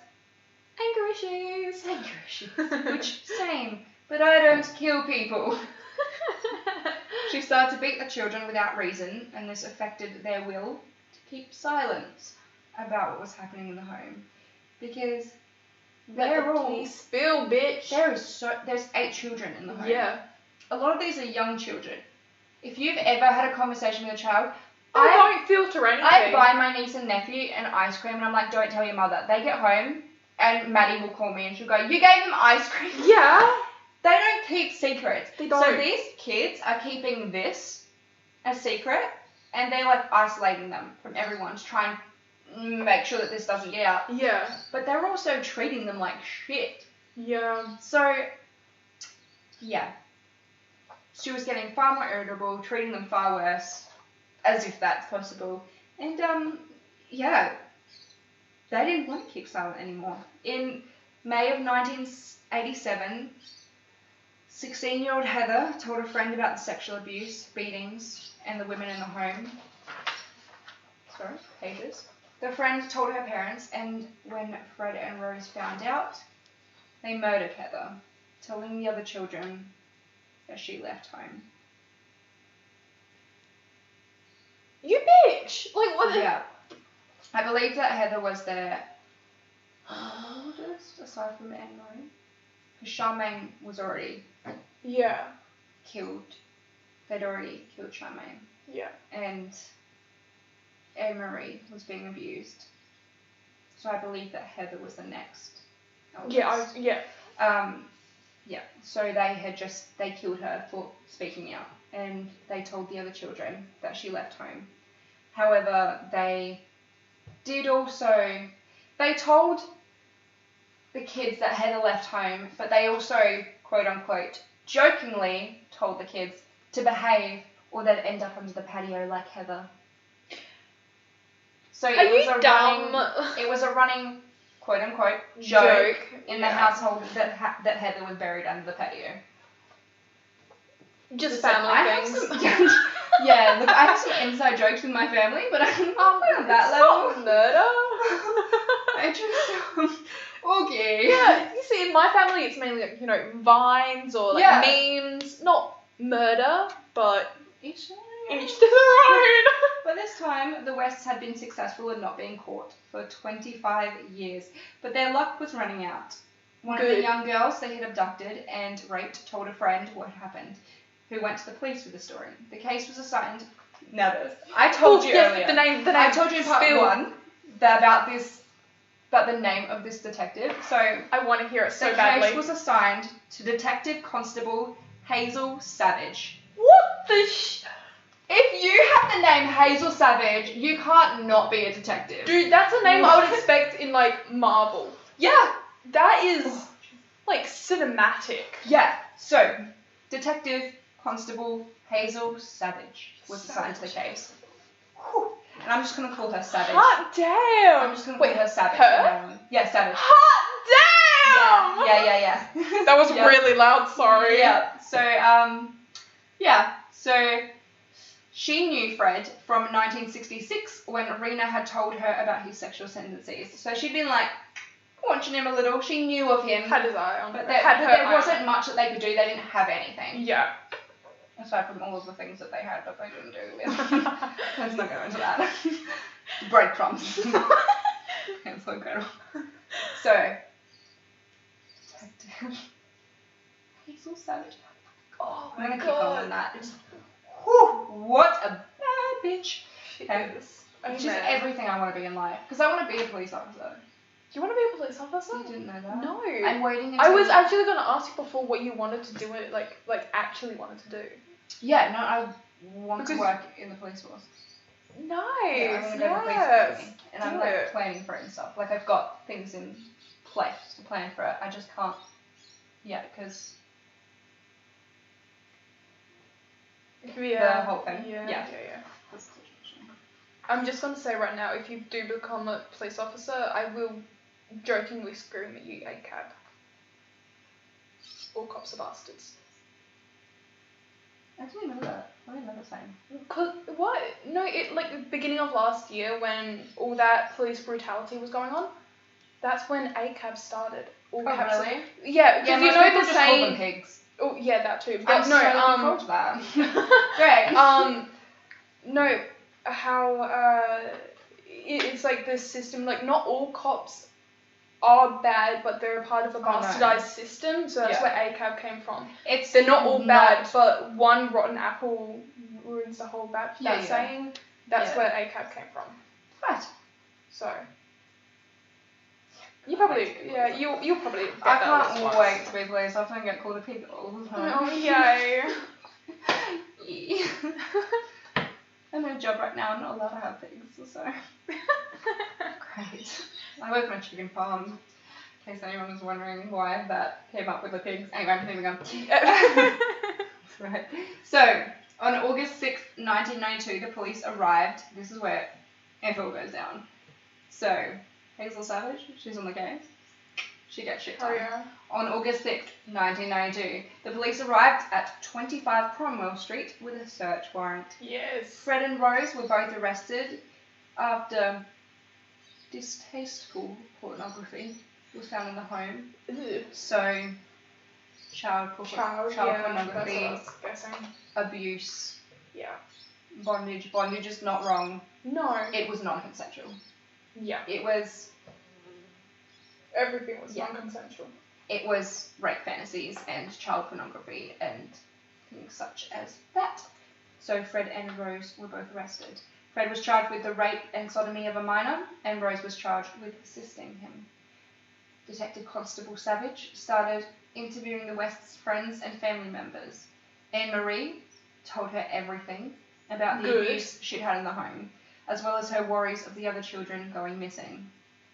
Speaker 3: anger issues, anger issues, which same, but I don't kill people. She started to beat the children without reason, and this affected their will to keep silence about what was happening in the home. Because
Speaker 2: Let
Speaker 3: they're
Speaker 2: the
Speaker 3: all
Speaker 2: tea spill, bitch.
Speaker 3: there is so there's eight children in the home.
Speaker 2: yeah.
Speaker 3: A lot of these are young children. If you've ever had a conversation with a child,
Speaker 2: Oh
Speaker 3: I
Speaker 2: I don't filter anything.
Speaker 3: I buy my niece and nephew an ice cream and I'm like, don't tell your mother. They get home and Maddie will call me and she'll go, You gave them ice cream.
Speaker 2: Yeah.
Speaker 3: They don't keep secrets.
Speaker 2: They
Speaker 3: So
Speaker 2: don't.
Speaker 3: these kids are keeping this a secret, and they're like isolating them from everyone to try and make sure that this doesn't get out.
Speaker 2: Yeah.
Speaker 3: But they're also treating them like shit.
Speaker 2: Yeah.
Speaker 3: So, yeah. She was getting far more irritable, treating them far worse, as if that's possible. And, um, yeah. They didn't want to keep silent anymore. In May of 1987, 16 year old Heather told a friend about the sexual abuse, beatings, and the women in the home. Sorry, pages. The friend told her parents, and when Fred and Rose found out, they murdered Heather, telling the other children that she left home.
Speaker 2: You bitch. Like what? the-
Speaker 3: Yeah. I believe that Heather was their oldest, aside from Anne Marie. Because Charmaine was already
Speaker 2: Yeah.
Speaker 3: killed. They'd already killed Charmaine,
Speaker 2: Yeah.
Speaker 3: and Anne Marie was being abused. So I believe that Heather was the next.
Speaker 2: Yeah. I
Speaker 3: eldest.
Speaker 2: was, yeah.
Speaker 3: Um, yeah. So they had just they killed her for speaking out, and they told the other children that she left home. However, they did also they told the kids that Heather left home, but they also quote unquote jokingly told the kids to behave or they'd end up under the patio like Heather. So
Speaker 2: Are
Speaker 3: it was
Speaker 2: you
Speaker 3: a
Speaker 2: dumb?
Speaker 3: running it was a running quote unquote joke,
Speaker 2: Joke,
Speaker 3: in the
Speaker 2: yeah.
Speaker 3: household that ha- that Heather was buried under the patio.
Speaker 2: Just
Speaker 3: like,
Speaker 2: family
Speaker 3: I have
Speaker 2: things.
Speaker 3: some- yeah, look, I have some inside jokes with my family, but I'm
Speaker 2: Oh,
Speaker 3: not on that level.
Speaker 2: murder.
Speaker 3: I just um, okay.
Speaker 2: yeah, you see, in my family, it's mainly like you know vines or like
Speaker 3: Yeah.
Speaker 2: memes, not murder, but
Speaker 3: Each to their own.
Speaker 2: each to their own.
Speaker 3: By this time, the Wests had been successful in not being caught for 25 years, but their luck was running out. One of the
Speaker 2: Good.
Speaker 3: young girls they had abducted and raped told a friend what happened, who went to the police with the story. The case was assigned. Now this. I told
Speaker 2: Oh,
Speaker 3: you
Speaker 2: yes,
Speaker 3: earlier.
Speaker 2: the name. The name.
Speaker 3: I told you in part
Speaker 2: Spill.
Speaker 3: one that about this, about the name of this detective. So
Speaker 2: I want to hear it so
Speaker 3: the
Speaker 2: badly.
Speaker 3: case was assigned to Detective Constable Hazel Savage.
Speaker 2: What the sh?
Speaker 3: If you have the name Hazel Savage, you can't not be a detective.
Speaker 2: Dude, that's a name I would expect in like Marvel.
Speaker 3: yeah,
Speaker 2: That is like cinematic.
Speaker 3: yeah. So, Detective Constable Hazel Savage was assigned to the case. Whew. And I'm just gonna call her Savage.
Speaker 2: Hot damn.
Speaker 3: I'm just gonna call
Speaker 2: Wait,
Speaker 3: her Savage.
Speaker 2: Her?
Speaker 3: from now on. Yeah, Savage.
Speaker 2: Hot damn.
Speaker 3: Yeah, yeah, yeah.
Speaker 2: That was
Speaker 3: Yeah.
Speaker 2: really loud. Sorry.
Speaker 3: Yeah. So um, yeah. So she knew Fred from 1966 when Rena had told her about his sexual tendencies. So she'd been like watching him a little. She knew of him,
Speaker 2: Had his eye on.
Speaker 3: but
Speaker 2: But
Speaker 3: there,
Speaker 2: had her.
Speaker 3: there
Speaker 2: eye
Speaker 3: wasn't
Speaker 2: on.
Speaker 3: much that they could do. They didn't have anything
Speaker 2: Yeah.
Speaker 3: aside from all of the things that they had that they didn't do. With. Let's not go into that. the breadcrumbs. That's so incredible. So. Hazel Savage.
Speaker 2: Oh
Speaker 3: I'm
Speaker 2: my
Speaker 3: gonna keep going on
Speaker 2: god.
Speaker 3: that. It's- whew, what a bad bitch.
Speaker 2: She
Speaker 3: Okay.
Speaker 2: is.
Speaker 3: Which is
Speaker 2: Amen.
Speaker 3: everything I want to be in life. Because I want to be a police officer.
Speaker 2: Do you want to be a police
Speaker 3: You
Speaker 2: officer?
Speaker 3: didn't know that?
Speaker 2: Oh, No.
Speaker 3: I'm waiting
Speaker 2: I
Speaker 3: until-
Speaker 2: was actually gonna ask you before what you wanted to do it like like actually wanted to do.
Speaker 3: Yeah, no, I want to
Speaker 2: Because-
Speaker 3: work in the police force.
Speaker 2: Nice.
Speaker 3: Yeah, I want to go to police
Speaker 2: yes.
Speaker 3: academy. And I'm
Speaker 2: Do
Speaker 3: like
Speaker 2: it.
Speaker 3: planning for it and stuff. Like I've got things in place to plan for it. I just can't. Yeah, because.
Speaker 2: Yeah.
Speaker 3: The whole thing.
Speaker 2: Yeah.
Speaker 3: Yeah.
Speaker 2: Yeah. yeah. I'm just gonna say right now, if you do become a police officer, I will jokingly scream at you, ACAB. All cops are bastards.
Speaker 3: I didn't remember that. I didn't remember saying.
Speaker 2: Cause what? No, it like the beginning of last year when all that police brutality was going on. That's when ACAB started. All caps. Yeah, because
Speaker 3: Oh, Yeah,
Speaker 2: you
Speaker 3: most
Speaker 2: know
Speaker 3: people
Speaker 2: the
Speaker 3: just call them
Speaker 2: saying.
Speaker 3: pigs.
Speaker 2: Oh yeah, that too. But
Speaker 3: I'm
Speaker 2: no,
Speaker 3: so looking
Speaker 2: um,
Speaker 3: forward to that.
Speaker 2: Great. Um, no, how uh, it, it's like this system. Like not all cops are bad, but they're a part of a
Speaker 3: Oh, no.
Speaker 2: bastardized system. So that's
Speaker 3: Yeah.
Speaker 2: where ACAB came from.
Speaker 3: It's
Speaker 2: They're not all bad,
Speaker 3: not-
Speaker 2: but one rotten apple ruins the whole batch.
Speaker 3: Yeah,
Speaker 2: that
Speaker 3: yeah.
Speaker 2: saying. That's
Speaker 3: Yeah.
Speaker 2: where ACAB came from.
Speaker 3: Right.
Speaker 2: So. You probably,
Speaker 3: Like-
Speaker 2: yeah, you you probably. Get
Speaker 3: I
Speaker 2: that list
Speaker 3: can't
Speaker 2: once.
Speaker 3: wait to be police. I often get called a pig all the time.
Speaker 2: Oh yay!
Speaker 3: Yeah. I'm in a job right now. I'm not allowed to have pigs, so great. I work on a chicken farm. In case anyone was wondering why that came up with the pigs. Anyway, I'm moving on. Right. So, on August sixth, 1992, the police arrived. This is where it all goes down. So, Hazel Savage, she's on the case. She gets shit
Speaker 2: oh
Speaker 3: done.
Speaker 2: yeah.
Speaker 3: On August sixth, 1992, the police arrived at 25 Cromwell Street with a search warrant.
Speaker 2: Yes.
Speaker 3: Fred and Rose were both arrested after distasteful pornography was found in the home.
Speaker 2: Ugh.
Speaker 3: So, child, porn-
Speaker 2: Child,
Speaker 3: child
Speaker 2: yeah,
Speaker 3: pornography
Speaker 2: that's what I was guessing.
Speaker 3: abuse,
Speaker 2: Yeah.
Speaker 3: bondage. Bondage is not wrong.
Speaker 2: No.
Speaker 3: It was non-consensual.
Speaker 2: yeah.
Speaker 3: It was
Speaker 2: Everything was
Speaker 3: Yeah.
Speaker 2: non-consensual.
Speaker 3: it was rape fantasies and child pornography and things such as that. so Fred and Rose were both arrested. Fred was charged with the rape and sodomy of a minor, and Rose was charged with assisting him. Detective Constable Savage started interviewing the West's friends and family members. Anne Marie told her everything about the
Speaker 2: Good.
Speaker 3: abuse she'd had in the home, as well as her worries of the other children going missing.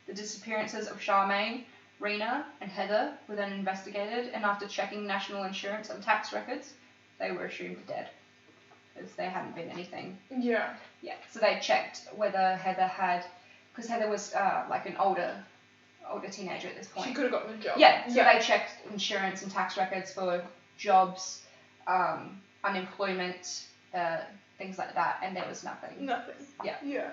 Speaker 3: The disappearances of Charmaine, Rena, and Heather were then investigated, and after checking national insurance and tax records, they were assumed dead because there hadn't been anything
Speaker 2: Yeah.
Speaker 3: yeah, so they checked whether Heather had, because Heather was uh, like an older, older teenager at this point.
Speaker 2: She could have gotten a job.
Speaker 3: yeah, so
Speaker 2: yeah.
Speaker 3: they checked insurance and tax records for jobs, um, unemployment, uh, things like that, and there was nothing.
Speaker 2: Nothing.
Speaker 3: Yeah.
Speaker 2: Yeah.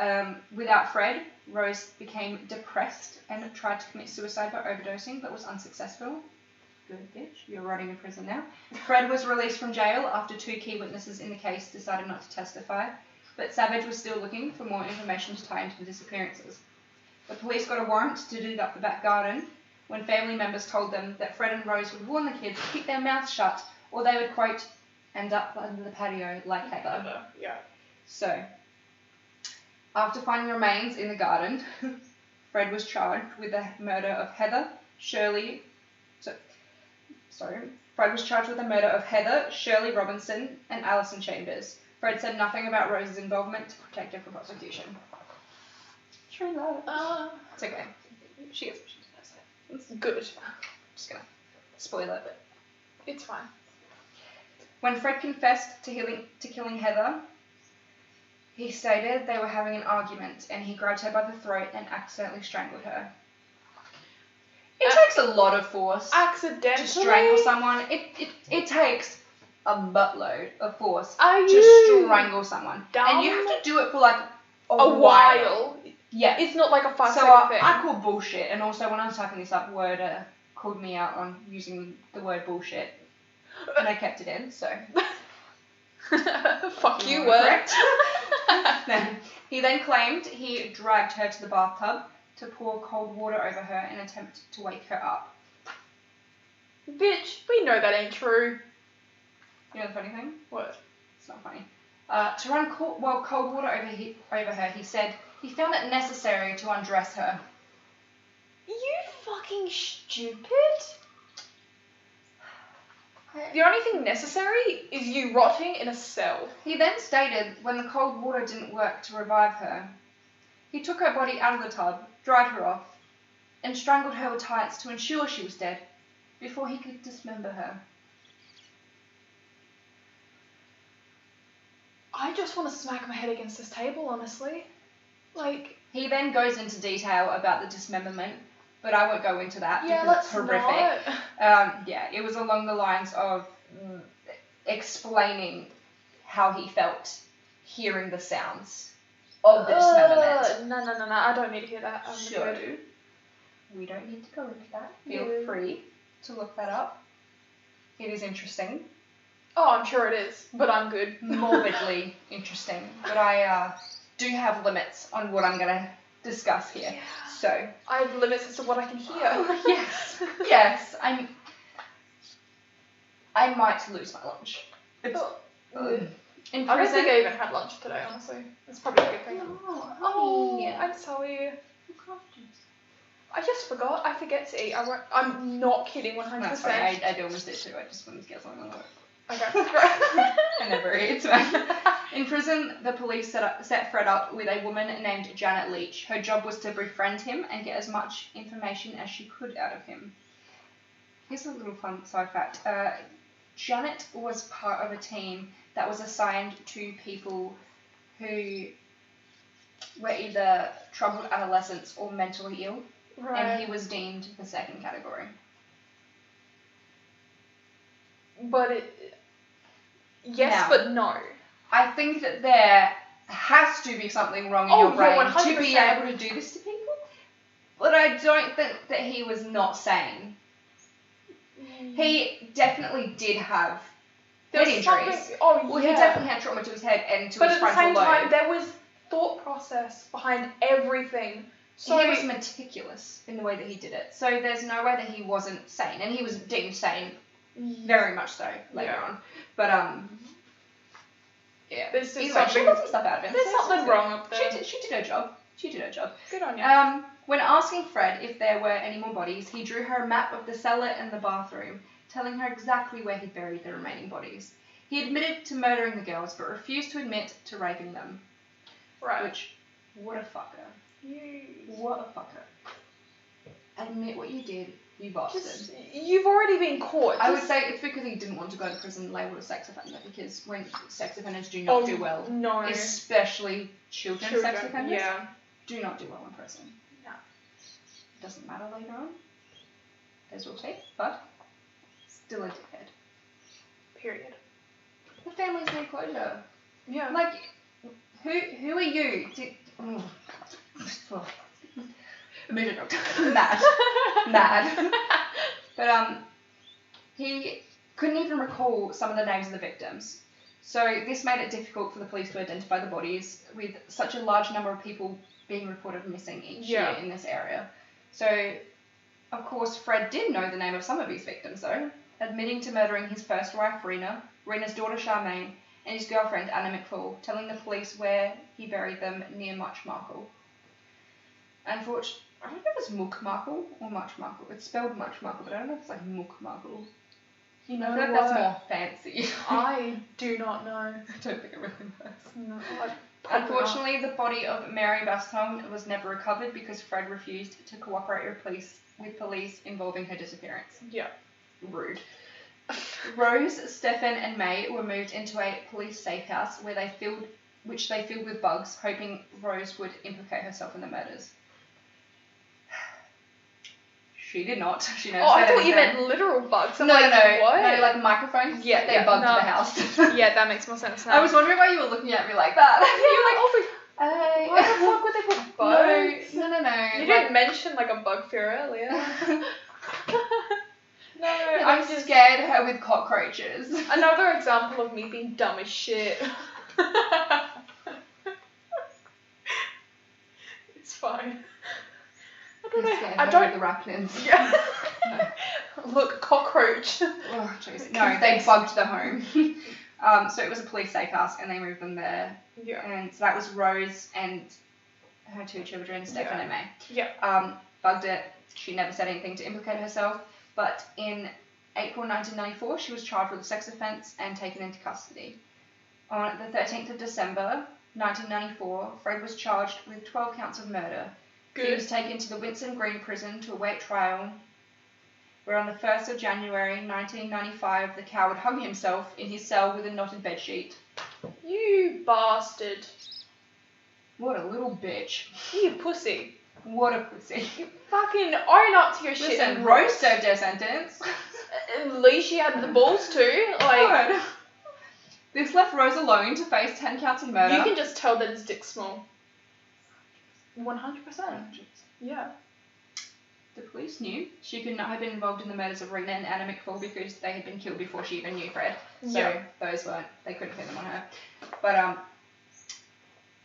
Speaker 3: Um, without Fred, Rose became depressed and tried to commit suicide by overdosing, but was unsuccessful. Good bitch, you're rotting in prison now. Fred was released from jail after two key witnesses in the case decided not to testify, but Savage was still looking for more information to tie into the disappearances. The police got a warrant to dig up the back garden when family members told them that Fred and Rose would warn the kids to keep their mouths shut, or they would, quote, end up under the patio like Heather.
Speaker 2: Heather, Yeah.
Speaker 3: So, after finding remains in the garden, Fred was charged with the murder of Heather, Shirley. So, sorry. Fred was charged with the murder of Heather, Shirley Robinson, and Alison Chambers. Fred said nothing about Rose's involvement to protect her from prosecution. True love.
Speaker 2: Uh,
Speaker 3: It's okay. She gets what she deserves.
Speaker 2: it's good.
Speaker 3: Just gonna spoil it.
Speaker 2: It's fine.
Speaker 3: When Fred confessed to, healing, to killing Heather, he stated they were having an argument and he grabbed her by the throat and accidentally strangled her. It
Speaker 2: Uh,
Speaker 3: takes a lot of force to
Speaker 2: Accidentally.
Speaker 3: strangle someone. It, it, it takes a buttload of force
Speaker 2: Are
Speaker 3: to
Speaker 2: you
Speaker 3: strangle someone. And you
Speaker 2: dumb?
Speaker 3: have to do it for like a,
Speaker 2: A while.
Speaker 3: Yeah.
Speaker 2: It's not like a five
Speaker 3: so
Speaker 2: second
Speaker 3: I,
Speaker 2: thing.
Speaker 3: I call bullshit, and also when I was typing this up, Word uh, called me out on using the word bullshit, and I kept it in, so
Speaker 2: Fuck you,
Speaker 3: were
Speaker 2: word.
Speaker 3: Then- he then claimed he dragged her to the bathtub to pour cold water over her and attempt to wake her up.
Speaker 2: Bitch, we know that ain't true.
Speaker 3: You know the funny thing?
Speaker 2: What?
Speaker 3: It's not funny. Uh, to run cold, well cold water over he, over her, he said he found it necessary to undress her.
Speaker 2: You fucking stupid. The
Speaker 3: I-
Speaker 2: only thing necessary is you rotting in a cell.
Speaker 3: He then stated when the cold water didn't work to revive her, he took her body out of the tub, dried her off, and strangled her with tights to ensure she was dead before he could dismember her.
Speaker 2: I just want to smack my head against this table, honestly. Like,
Speaker 3: He then goes into detail about the dismemberment, but I won't go into that
Speaker 2: yeah,
Speaker 3: because it's
Speaker 2: that's
Speaker 3: horrific.
Speaker 2: not.
Speaker 3: Um, yeah, it was along the lines of mm, explaining how he felt hearing the sounds of the dismemberment.
Speaker 2: Ugh, no, no, no, no. I don't need to hear that. I'm
Speaker 3: So,
Speaker 2: sure. do.
Speaker 3: We don't need to go into that. Feel
Speaker 2: Yeah.
Speaker 3: free to look that up. It is interesting,
Speaker 2: Oh, I'm sure it is, but I'm good.
Speaker 3: morbidly interesting, but I uh, do have limits on what I'm gonna discuss here. So
Speaker 2: I have limits as to what I can hear.
Speaker 3: yes, yes. I'm. I might lose my lunch. It's,
Speaker 2: Oh,
Speaker 3: um, in
Speaker 2: I don't
Speaker 3: prison.
Speaker 2: think I even had lunch today, honestly. It's probably a good thing.
Speaker 3: No,
Speaker 2: Oh,
Speaker 3: honey.
Speaker 2: I'm sorry. I just forgot. I forget to eat. I won't, I'm not kidding 100%.
Speaker 3: No, sorry, I, I do almost it too. I just wanted to get something on the work.
Speaker 2: Okay.
Speaker 3: I never eat. it's fine. In prison, the police set, up, set Fred up with a woman named Janet Leach. Her job was to befriend him and get as much information as she could out of him. Here's a little fun side fact. Uh, Janet was part of a team that was assigned to people who were either troubled adolescents or mentally ill, and
Speaker 2: right.
Speaker 3: he was deemed the second category.
Speaker 2: But it. Yes,
Speaker 3: Now.
Speaker 2: but no.
Speaker 3: I think that there has to be something wrong in
Speaker 2: Oh,
Speaker 3: your brain
Speaker 2: yeah,
Speaker 3: to be
Speaker 2: 100%.
Speaker 3: able to do this to people. But I don't think that he was not sane.
Speaker 2: Mm.
Speaker 3: He definitely did have head
Speaker 2: There's
Speaker 3: injuries.
Speaker 2: something- Oh,
Speaker 3: Well,
Speaker 2: yeah.
Speaker 3: he definitely had trauma to his head and to
Speaker 2: But
Speaker 3: his
Speaker 2: at the
Speaker 3: frontal
Speaker 2: same
Speaker 3: lobe.
Speaker 2: time, there was thought process behind everything. So
Speaker 3: he was meticulous in the way that he did it. So there's no way that he wasn't sane,
Speaker 2: Mm.
Speaker 3: and he was deemed sane very much so later
Speaker 2: Yeah.
Speaker 3: on. But um, Yeah.
Speaker 2: There's just
Speaker 3: Either way, she
Speaker 2: something-
Speaker 3: got some stuff out of it.
Speaker 2: There's
Speaker 3: so it's
Speaker 2: something
Speaker 3: good.
Speaker 2: wrong up there.
Speaker 3: She did, she did her job. She did her job.
Speaker 2: Good on you.
Speaker 3: Um, when asking Fred if there were any more bodies, he drew her a map of the cellar and the bathroom, telling her exactly where he buried the remaining bodies. He admitted to murdering the girls, but refused to admit to raping them.
Speaker 2: right.
Speaker 3: Which, what a fucker.
Speaker 2: You-
Speaker 3: What a fucker. Admit what you did, you bastard.
Speaker 2: Just, you've already been caught.
Speaker 3: I would
Speaker 2: Just-
Speaker 3: say it's because he didn't want to go to prison labeled a sex offender because when sex offenders do not
Speaker 2: Oh,
Speaker 3: do well,
Speaker 2: No.
Speaker 3: especially children,
Speaker 2: Children,
Speaker 3: sex offenders,
Speaker 2: yeah.
Speaker 3: do not do well in prison.
Speaker 2: No.
Speaker 3: Doesn't matter later on, as we'll see, but still a dickhead.
Speaker 2: Period.
Speaker 3: The family's no closure.
Speaker 2: Yeah.
Speaker 3: Like, who who are you? To, oh. Oh. Murder doctor. Mad. Mad. But um, he couldn't even recall some of the names of the victims. So this made it difficult for the police to identify the bodies, with such a large number of people being reported missing each
Speaker 2: Yeah.
Speaker 3: year in this area. So, of course, Fred did know the name of some of his victims, though, admitting to murdering his first wife, Rena, Rena's daughter, Charmaine, and his girlfriend, Anna McFall, telling the police where he buried them near Much Markle. Unfortunately, I don't know if it's Mook Markle or Much Markle. It's spelled Much Markle, but I don't know if it's like Mook Markle.
Speaker 2: you
Speaker 3: I feel like that's more fancy.
Speaker 2: Oh, I do not know.
Speaker 3: I don't think it really does.
Speaker 2: No, I-
Speaker 3: Unfortunately, the body of Mary Bastong was never recovered because Fred refused to cooperate with police, with police involving her disappearance.
Speaker 2: Yeah.
Speaker 3: Rude. Rose, Stefan, and May were moved into a police safe house where they filled, which they filled with bugs, hoping Rose would implicate herself in the murders. She did not. She
Speaker 2: Oh,
Speaker 3: knows.
Speaker 2: I thought you meant literal bugs.
Speaker 3: No,
Speaker 2: I'm
Speaker 3: no,
Speaker 2: like,
Speaker 3: no.
Speaker 2: What?
Speaker 3: No, like microphones.
Speaker 2: Yeah,
Speaker 3: they
Speaker 2: yeah,
Speaker 3: bugged
Speaker 2: no.
Speaker 3: the house.
Speaker 2: yeah, that makes more sense now.
Speaker 3: I was wondering why you were looking at me like that.
Speaker 2: like,
Speaker 3: you
Speaker 2: oh,
Speaker 3: were like,
Speaker 2: but
Speaker 3: hey.
Speaker 2: why the fuck would they put bugs?
Speaker 3: No, no, no, no.
Speaker 2: You
Speaker 3: like-
Speaker 2: didn't mention like a bug fear earlier. no,
Speaker 3: I'm
Speaker 2: I'm just
Speaker 3: scared her with cockroaches.
Speaker 2: another example of me being dumb as shit. it's fine. I don't
Speaker 3: I'm
Speaker 2: know.
Speaker 3: scared her
Speaker 2: I
Speaker 3: with
Speaker 2: don't.
Speaker 3: the raplins.
Speaker 2: Yeah. Look, cockroach.
Speaker 3: Oh, jeez. No, they bugged the home. um, so it was a police safe house, and they moved them there.
Speaker 2: Yeah.
Speaker 3: And so that was Rose and her two children, Stefan and May.
Speaker 2: Yeah.
Speaker 3: um, bugged it. She never said anything to implicate herself, but in April 1994, she was charged with a sex offence and taken into custody. On the 13th of December 1994, Fred was charged with 12 counts of murder. He was
Speaker 2: Good.
Speaker 3: taken to the Winston Green prison to await trial, where on the 1st of January 1995, the coward hung himself in his cell with a knotted bedsheet.
Speaker 2: You bastard.
Speaker 3: What a little bitch.
Speaker 2: You pussy.
Speaker 3: What a pussy.
Speaker 2: Fucking own up to your shit
Speaker 3: Listen,
Speaker 2: and
Speaker 3: Rose served her sentence.
Speaker 2: At least she had the balls to. Like,
Speaker 3: Good. This left Rose alone to face 10 counts of murder.
Speaker 2: you can just tell that it's dick small. 100%. Yeah.
Speaker 3: The police knew she could not have been involved in the murders of Rena and Anna McFall because they had been killed before she even knew Fred. So
Speaker 2: Yeah.
Speaker 3: those weren't, they couldn't pin them on her. But um,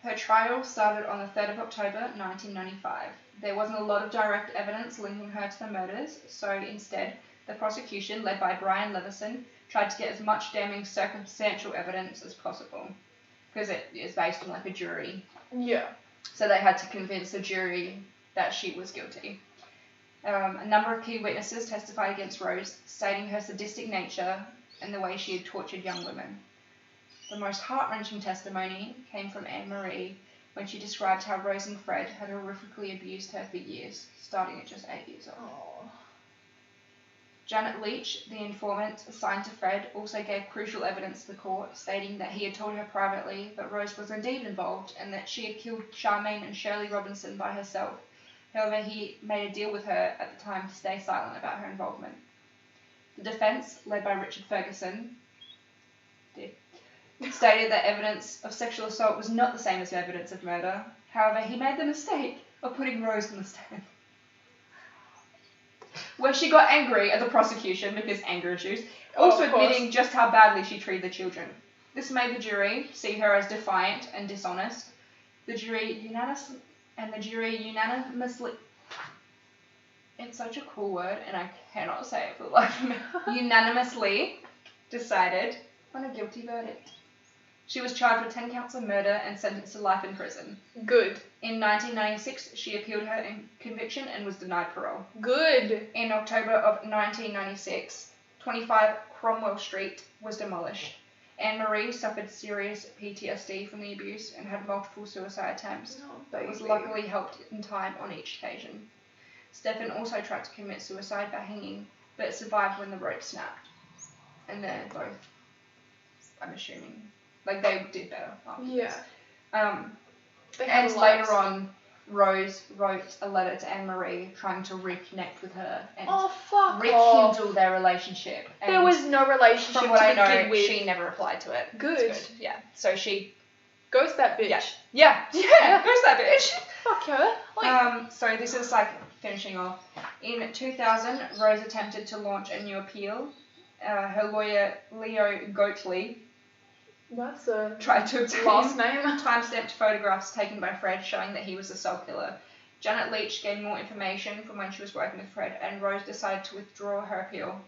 Speaker 3: her trial started on the 3rd of October 1995. There wasn't a lot of direct evidence linking her to the murders, so instead, the prosecution, led by Brian Levison, tried to get as much damning circumstantial evidence as possible because it is based on like a jury
Speaker 2: Yeah.
Speaker 3: so they had to convince the jury that she was guilty. Um, a number of key witnesses testified against Rose, stating her sadistic nature and the way she had tortured young women. The most heart wrenching testimony came from Anne Marie when she described how Rose and Fred had horrifically abused her for years, starting at just eight years old. Janet Leach, the informant assigned to Fred, also gave crucial evidence to the court, stating that he had told her privately that Rose was indeed involved and that she had killed Charmaine and Shirley Robinson by herself. However, he made a deal with her at the time to stay silent about her involvement. The defense, led by Richard Ferguson, did, stated that evidence of sexual assault was not the same as evidence of murder. However, he made the mistake of putting Rose on the stand where she got angry at the prosecution because anger issues,
Speaker 2: Oh,
Speaker 3: also
Speaker 2: of course.
Speaker 3: admitting just how badly she treated the children. This made the jury see her as defiant and dishonest. The jury unanimous and the jury unanimously it's such a cool word and I cannot say it for the life of me. unanimously decided on a guilty verdict. She was charged with 10 counts of murder and sentenced to life in prison.
Speaker 2: Good.
Speaker 3: In 1996, she appealed her in- conviction and was denied parole.
Speaker 2: Good.
Speaker 3: In October of 1996, 25 Cromwell Street was demolished. Anne Marie suffered serious PTSD from the abuse and had multiple suicide attempts,
Speaker 2: Oh,
Speaker 3: but was
Speaker 2: baby.
Speaker 3: luckily helped in time on each occasion. Stefan also tried to commit suicide by hanging, but survived when the rope snapped. And they're both, I'm assuming, like they did better. afterwards.
Speaker 2: Yeah.
Speaker 3: Um,
Speaker 2: They
Speaker 3: and
Speaker 2: had lives.
Speaker 3: later on, Rose wrote a letter to Anne Marie trying to reconnect with her and
Speaker 2: Oh fuck off.
Speaker 3: rekindle their relationship. And
Speaker 2: There was no relationship
Speaker 3: from what
Speaker 2: to
Speaker 3: I
Speaker 2: begin
Speaker 3: know,
Speaker 2: with.
Speaker 3: she never replied to it. It's
Speaker 2: Good.
Speaker 3: Yeah. So she.
Speaker 2: Ghost that bitch.
Speaker 3: Yeah. Yeah. Yeah. yeah. Goes that bitch.
Speaker 2: Fuck her. Like,
Speaker 3: Um, so this is like finishing off. In 2000, Rose attempted to launch a new appeal. Uh, her lawyer Leo Goatley
Speaker 2: that's a
Speaker 3: tried to obtain
Speaker 2: last name.
Speaker 3: time-stamped photographs taken by Fred showing that he was the sole killer. Janet Leach gained more information from when she was working with Fred, and Rose decided to withdraw her appeal,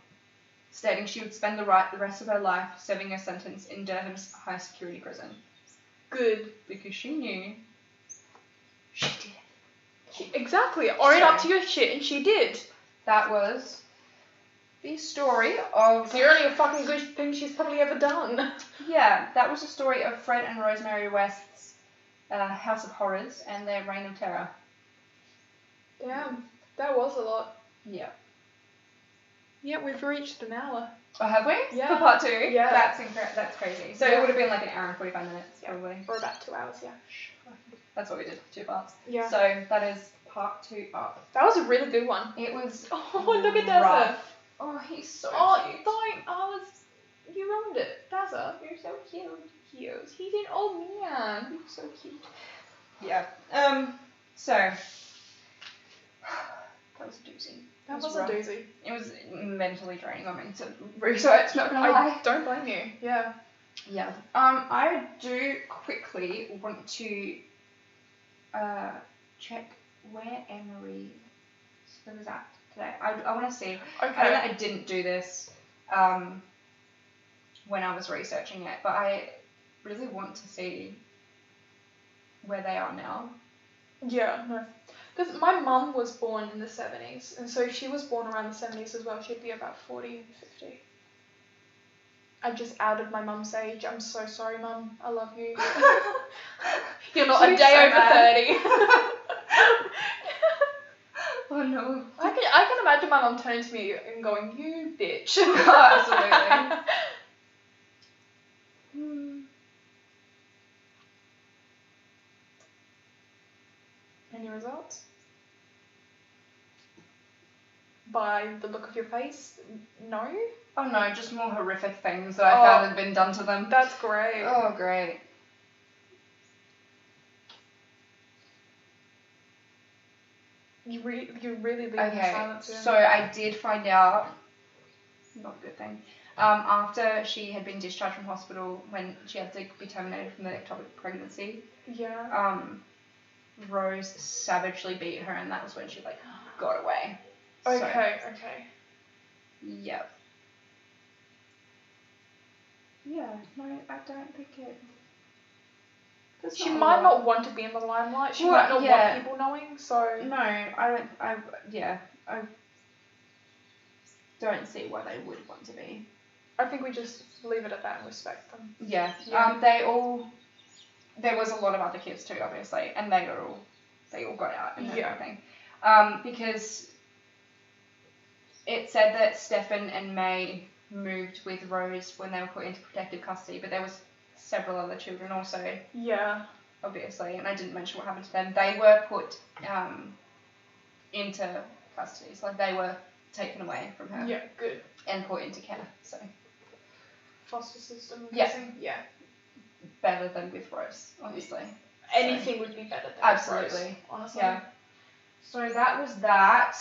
Speaker 3: stating she would spend the, right, the rest of her life serving a sentence in Durham's high security prison
Speaker 2: Good.
Speaker 3: because she knew she did it.
Speaker 2: She- exactly. Own
Speaker 3: So-
Speaker 2: up to your shit, and she did.
Speaker 3: That was the story of
Speaker 2: It's the only fucking good thing she's probably ever done.
Speaker 3: yeah. That was the story of Fred and Rosemary West's uh, House of Horrors and their reign of terror.
Speaker 2: Damn, that was a lot.
Speaker 3: Yeah.
Speaker 2: Yeah, we've reached an hour.
Speaker 3: Oh, have we?
Speaker 2: Yeah.
Speaker 3: For part two?
Speaker 2: Yeah.
Speaker 3: That's incre- That's crazy. So
Speaker 2: Yeah.
Speaker 3: it would have been like an hour and 45 minutes,
Speaker 2: Yeah.
Speaker 3: probably.
Speaker 2: Or about two hours, yeah.
Speaker 3: That's what we did, two parts.
Speaker 2: Yeah.
Speaker 3: So that is part two up.
Speaker 2: That was a really good one.
Speaker 3: It was.
Speaker 2: Oh, look at Dazza.
Speaker 3: rough. Oh, he's so
Speaker 2: Oh,
Speaker 3: cute.
Speaker 2: don't. I was. You ruined it. Dazza,
Speaker 3: You're so cute.
Speaker 2: cute. He's an old man.
Speaker 3: You're so cute. Yeah. Um. So. That was a doozy.
Speaker 2: That
Speaker 3: It
Speaker 2: was
Speaker 3: rough.
Speaker 2: a doozy.
Speaker 3: It was mentally draining on me to research, not gonna lie.
Speaker 2: I don't blame you. Yeah.
Speaker 3: Yeah. Um, I do quickly want to uh, check where Emery was at today. I, I want to see. I know
Speaker 2: Okay.
Speaker 3: I didn't do this um, when I was researching it, but I really want to see where they are now.
Speaker 2: Yeah, no. Because my mum was born in the 70s, and so she was born around the 70s as well. She'd be about 40, 50. I just outed my mum's age. I'm so sorry, mum. I love you. You're not
Speaker 3: She's
Speaker 2: a day
Speaker 3: so
Speaker 2: over
Speaker 3: mad.
Speaker 2: 30.
Speaker 3: oh no.
Speaker 2: I can, I can imagine my mum turning to me and going, You bitch.
Speaker 3: Absolutely. Hmm.
Speaker 2: Any results? By the look of your face, no.
Speaker 3: Oh no, just more horrific things that I
Speaker 2: Oh.
Speaker 3: found had been done to them.
Speaker 2: That's great.
Speaker 3: Oh, great.
Speaker 2: You re- you're really leaving
Speaker 3: Okay,
Speaker 2: silence.
Speaker 3: so I did find out, not a good thing, um, after she had been discharged from hospital when she had to be terminated from the ectopic pregnancy,
Speaker 2: yeah.
Speaker 3: um, Rose savagely beat her, and that was when she, like, got away. So,
Speaker 2: Okay, okay.
Speaker 3: yep. Yeah, no, I don't think it. That's
Speaker 2: She
Speaker 3: not a
Speaker 2: might
Speaker 3: lot.
Speaker 2: not want to be in the limelight. She
Speaker 3: Well,
Speaker 2: might not
Speaker 3: yeah.
Speaker 2: want people knowing. So
Speaker 3: No, I don't. I yeah, I don't see why they would want to be.
Speaker 2: I think we just leave it at that and respect them.
Speaker 3: Yeah.
Speaker 2: Yeah.
Speaker 3: Um, they all. There was a lot of other kids too, obviously, and they got all. They all got out and
Speaker 2: Yeah.
Speaker 3: everything. Um, because it said that Stefan and May moved with Rose when they were put into protective custody, but there was several other children also
Speaker 2: Yeah.
Speaker 3: obviously, and I didn't mention what happened to them. They were put um, into custody, so like they were taken away from her
Speaker 2: Yeah. Good.
Speaker 3: and put into care. So
Speaker 2: Foster system. I'm
Speaker 3: Yeah.
Speaker 2: guessing. Yeah.
Speaker 3: better than with Rose, obviously.
Speaker 2: Anything would be better than
Speaker 3: Absolutely.
Speaker 2: Rose, honestly.
Speaker 3: Yeah. So that was that.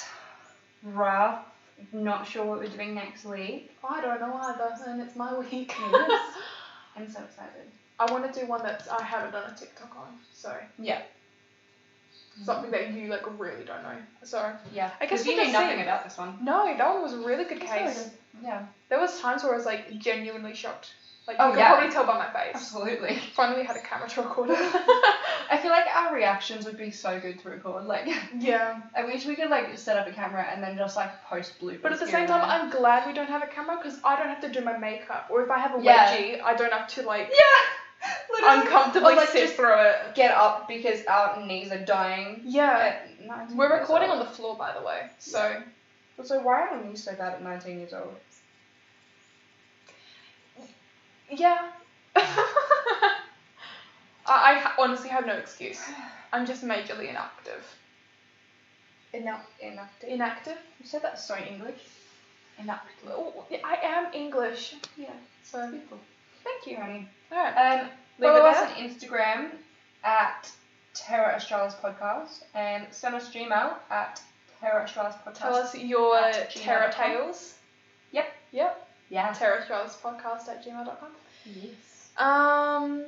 Speaker 3: Rough. Not sure what we're doing next week.
Speaker 2: I don't know either, and it's my week.
Speaker 3: Yes. I'm so excited.
Speaker 2: I want to do one that I haven't done a TikTok on, so
Speaker 3: Yeah.
Speaker 2: something that you like really don't know. So
Speaker 3: Yeah.
Speaker 2: I guess
Speaker 3: Because you
Speaker 2: we'll
Speaker 3: knew
Speaker 2: just see.
Speaker 3: nothing about this one.
Speaker 2: no, that one was a really good
Speaker 3: It's really
Speaker 2: case.
Speaker 3: good. Yeah.
Speaker 2: There was times where I was like genuinely shocked. Like
Speaker 3: Oh,
Speaker 2: you can
Speaker 3: yeah.
Speaker 2: probably tell by my face.
Speaker 3: Absolutely.
Speaker 2: If only we had a camera to record it.
Speaker 3: I feel like our reactions would be so good to record. Like,
Speaker 2: yeah.
Speaker 3: I wish we could like set up a camera and then just like post bloopers.
Speaker 2: But at the
Speaker 3: here
Speaker 2: same
Speaker 3: and
Speaker 2: time,
Speaker 3: there.
Speaker 2: I'm glad we don't have a camera because I don't have to do my makeup. Or if I have a
Speaker 3: Yeah.
Speaker 2: wedgie, I don't have to like
Speaker 3: yeah, literally.
Speaker 2: uncomfortably
Speaker 3: Or, like,
Speaker 2: sit
Speaker 3: just
Speaker 2: through it.
Speaker 3: get up because our knees are dying.
Speaker 2: Yeah.
Speaker 3: At 19
Speaker 2: We're
Speaker 3: years
Speaker 2: recording on
Speaker 3: old.
Speaker 2: the floor, by the way. So
Speaker 3: So why are you so bad at 19 years old?
Speaker 2: yeah. I, I ha- honestly have no excuse. I'm just majorly inactive.
Speaker 3: Enough, enough. You
Speaker 2: Inactive?
Speaker 3: said that so English. Enough.
Speaker 2: Oh, I am English.
Speaker 3: Yeah.
Speaker 2: So
Speaker 3: Beautiful. Thank you, honey.
Speaker 2: alright.
Speaker 3: Um,
Speaker 2: Leave it
Speaker 3: follow us
Speaker 2: there.
Speaker 3: on Instagram at Terra Australis Podcast and send us Gmail at Terra Australis Podcast.
Speaker 2: Tell us your
Speaker 3: At gmail.com.
Speaker 2: terror tales.
Speaker 3: Yep.
Speaker 2: Yep.
Speaker 3: Yeah.
Speaker 2: Terrortrailspodcast at gmail.com.
Speaker 3: Yes.
Speaker 2: Um,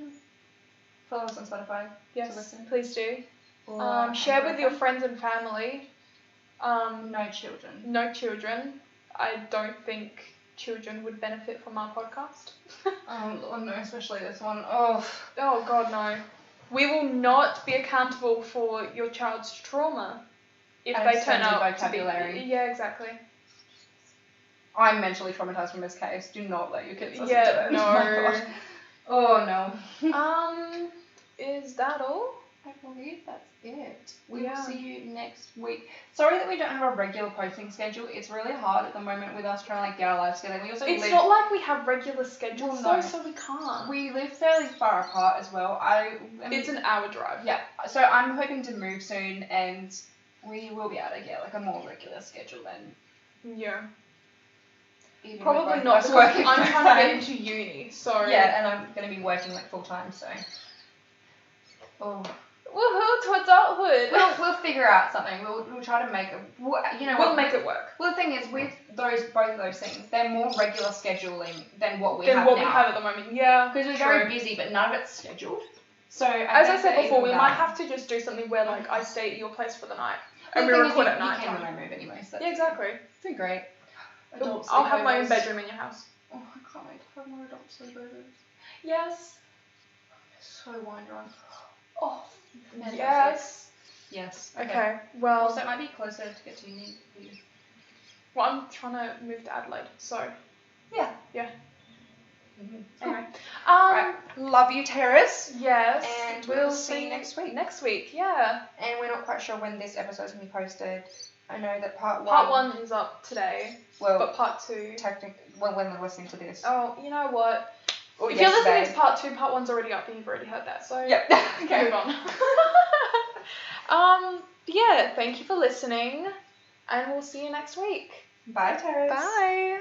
Speaker 3: Follow us on Spotify.
Speaker 2: yes,
Speaker 3: listen.
Speaker 2: please do.
Speaker 3: or
Speaker 2: Um, share with your
Speaker 3: Spotify.
Speaker 2: friends and family. Um,
Speaker 3: No children.
Speaker 2: no children. I don't think children would benefit from our podcast.
Speaker 3: Um, oh no, especially this one. Oh.
Speaker 2: Oh God, no. We will not be accountable for your child's trauma if
Speaker 3: And
Speaker 2: they turn
Speaker 3: extended
Speaker 2: out to
Speaker 3: vocabulary.
Speaker 2: be. Yeah, exactly.
Speaker 3: I'm mentally traumatized from this case. Do not let your kids listen
Speaker 2: Yeah,
Speaker 3: to it.
Speaker 2: no.
Speaker 3: Oh, my God. Oh no.
Speaker 2: um, is that all?
Speaker 3: I believe that's it. We
Speaker 2: Yeah.
Speaker 3: will see you next week. Sorry that we don't have a regular posting schedule. It's really hard at the moment with us trying to like get our lives together. We also
Speaker 2: It's
Speaker 3: live
Speaker 2: not like we have regular schedules,
Speaker 3: Well, no.
Speaker 2: though, so we can't.
Speaker 3: we live fairly far apart as well. I am,
Speaker 2: it's an hour drive.
Speaker 3: yeah. So I'm hoping to move soon, and we will be able to get like a more regular schedule then.
Speaker 2: Yeah.
Speaker 3: even with
Speaker 2: Probably
Speaker 3: both
Speaker 2: not
Speaker 3: of us
Speaker 2: because
Speaker 3: working
Speaker 2: I'm
Speaker 3: full
Speaker 2: trying
Speaker 3: time.
Speaker 2: to get into uni, so
Speaker 3: Yeah, and I'm gonna be working like full time, so. Oh.
Speaker 2: Woohoo to adulthood.
Speaker 3: We'll, we'll figure out something. We'll, we'll try to make a. We'll, you know, what,
Speaker 2: we'll make it work.
Speaker 3: Well, the thing is, with those both of those things, they're more regular scheduling than what we
Speaker 2: than
Speaker 3: have
Speaker 2: what
Speaker 3: now.
Speaker 2: we have at the moment. Yeah.
Speaker 3: because we're
Speaker 2: true.
Speaker 3: very busy, but none of it's scheduled. So
Speaker 2: As I said before, we might have to just do something where like I stay at your place for the night and we record at night.
Speaker 3: You can when I move anyway, so
Speaker 2: Yeah, exactly.
Speaker 3: it's been great. Adult
Speaker 2: I'll have my own
Speaker 3: sleepovers.
Speaker 2: bedroom in your house.
Speaker 3: Oh, I can't wait to have more adult sleepovers.
Speaker 2: Yes.
Speaker 3: So wind on.
Speaker 2: Oh.
Speaker 3: Mental
Speaker 2: Yes.
Speaker 3: Yes.
Speaker 2: Okay. Well,
Speaker 3: Also, it might be closer to get to uni. for you.
Speaker 2: well, I'm trying to move to Adelaide, so
Speaker 3: Yeah.
Speaker 2: yeah.
Speaker 3: Mhm.
Speaker 2: Anyway. Um.
Speaker 3: Right. Love you, Terrace.
Speaker 2: Yes.
Speaker 3: And we'll see you next week.
Speaker 2: Next week. Yeah.
Speaker 3: And we're not quite sure when this episode's gonna be posted. I know that part one.
Speaker 2: Part one is up today,
Speaker 3: Well,
Speaker 2: but part two.
Speaker 3: technically when when we're listening to this.
Speaker 2: Oh, you know what?
Speaker 3: Or
Speaker 2: if you're listening to
Speaker 3: yesterday.
Speaker 2: part two, part one's already up, and you've already heard that. So
Speaker 3: Yep. okay.
Speaker 2: Move on. um, yeah, thank you for listening, and we'll see you next week.
Speaker 3: Bye, Terrace.
Speaker 2: Bye.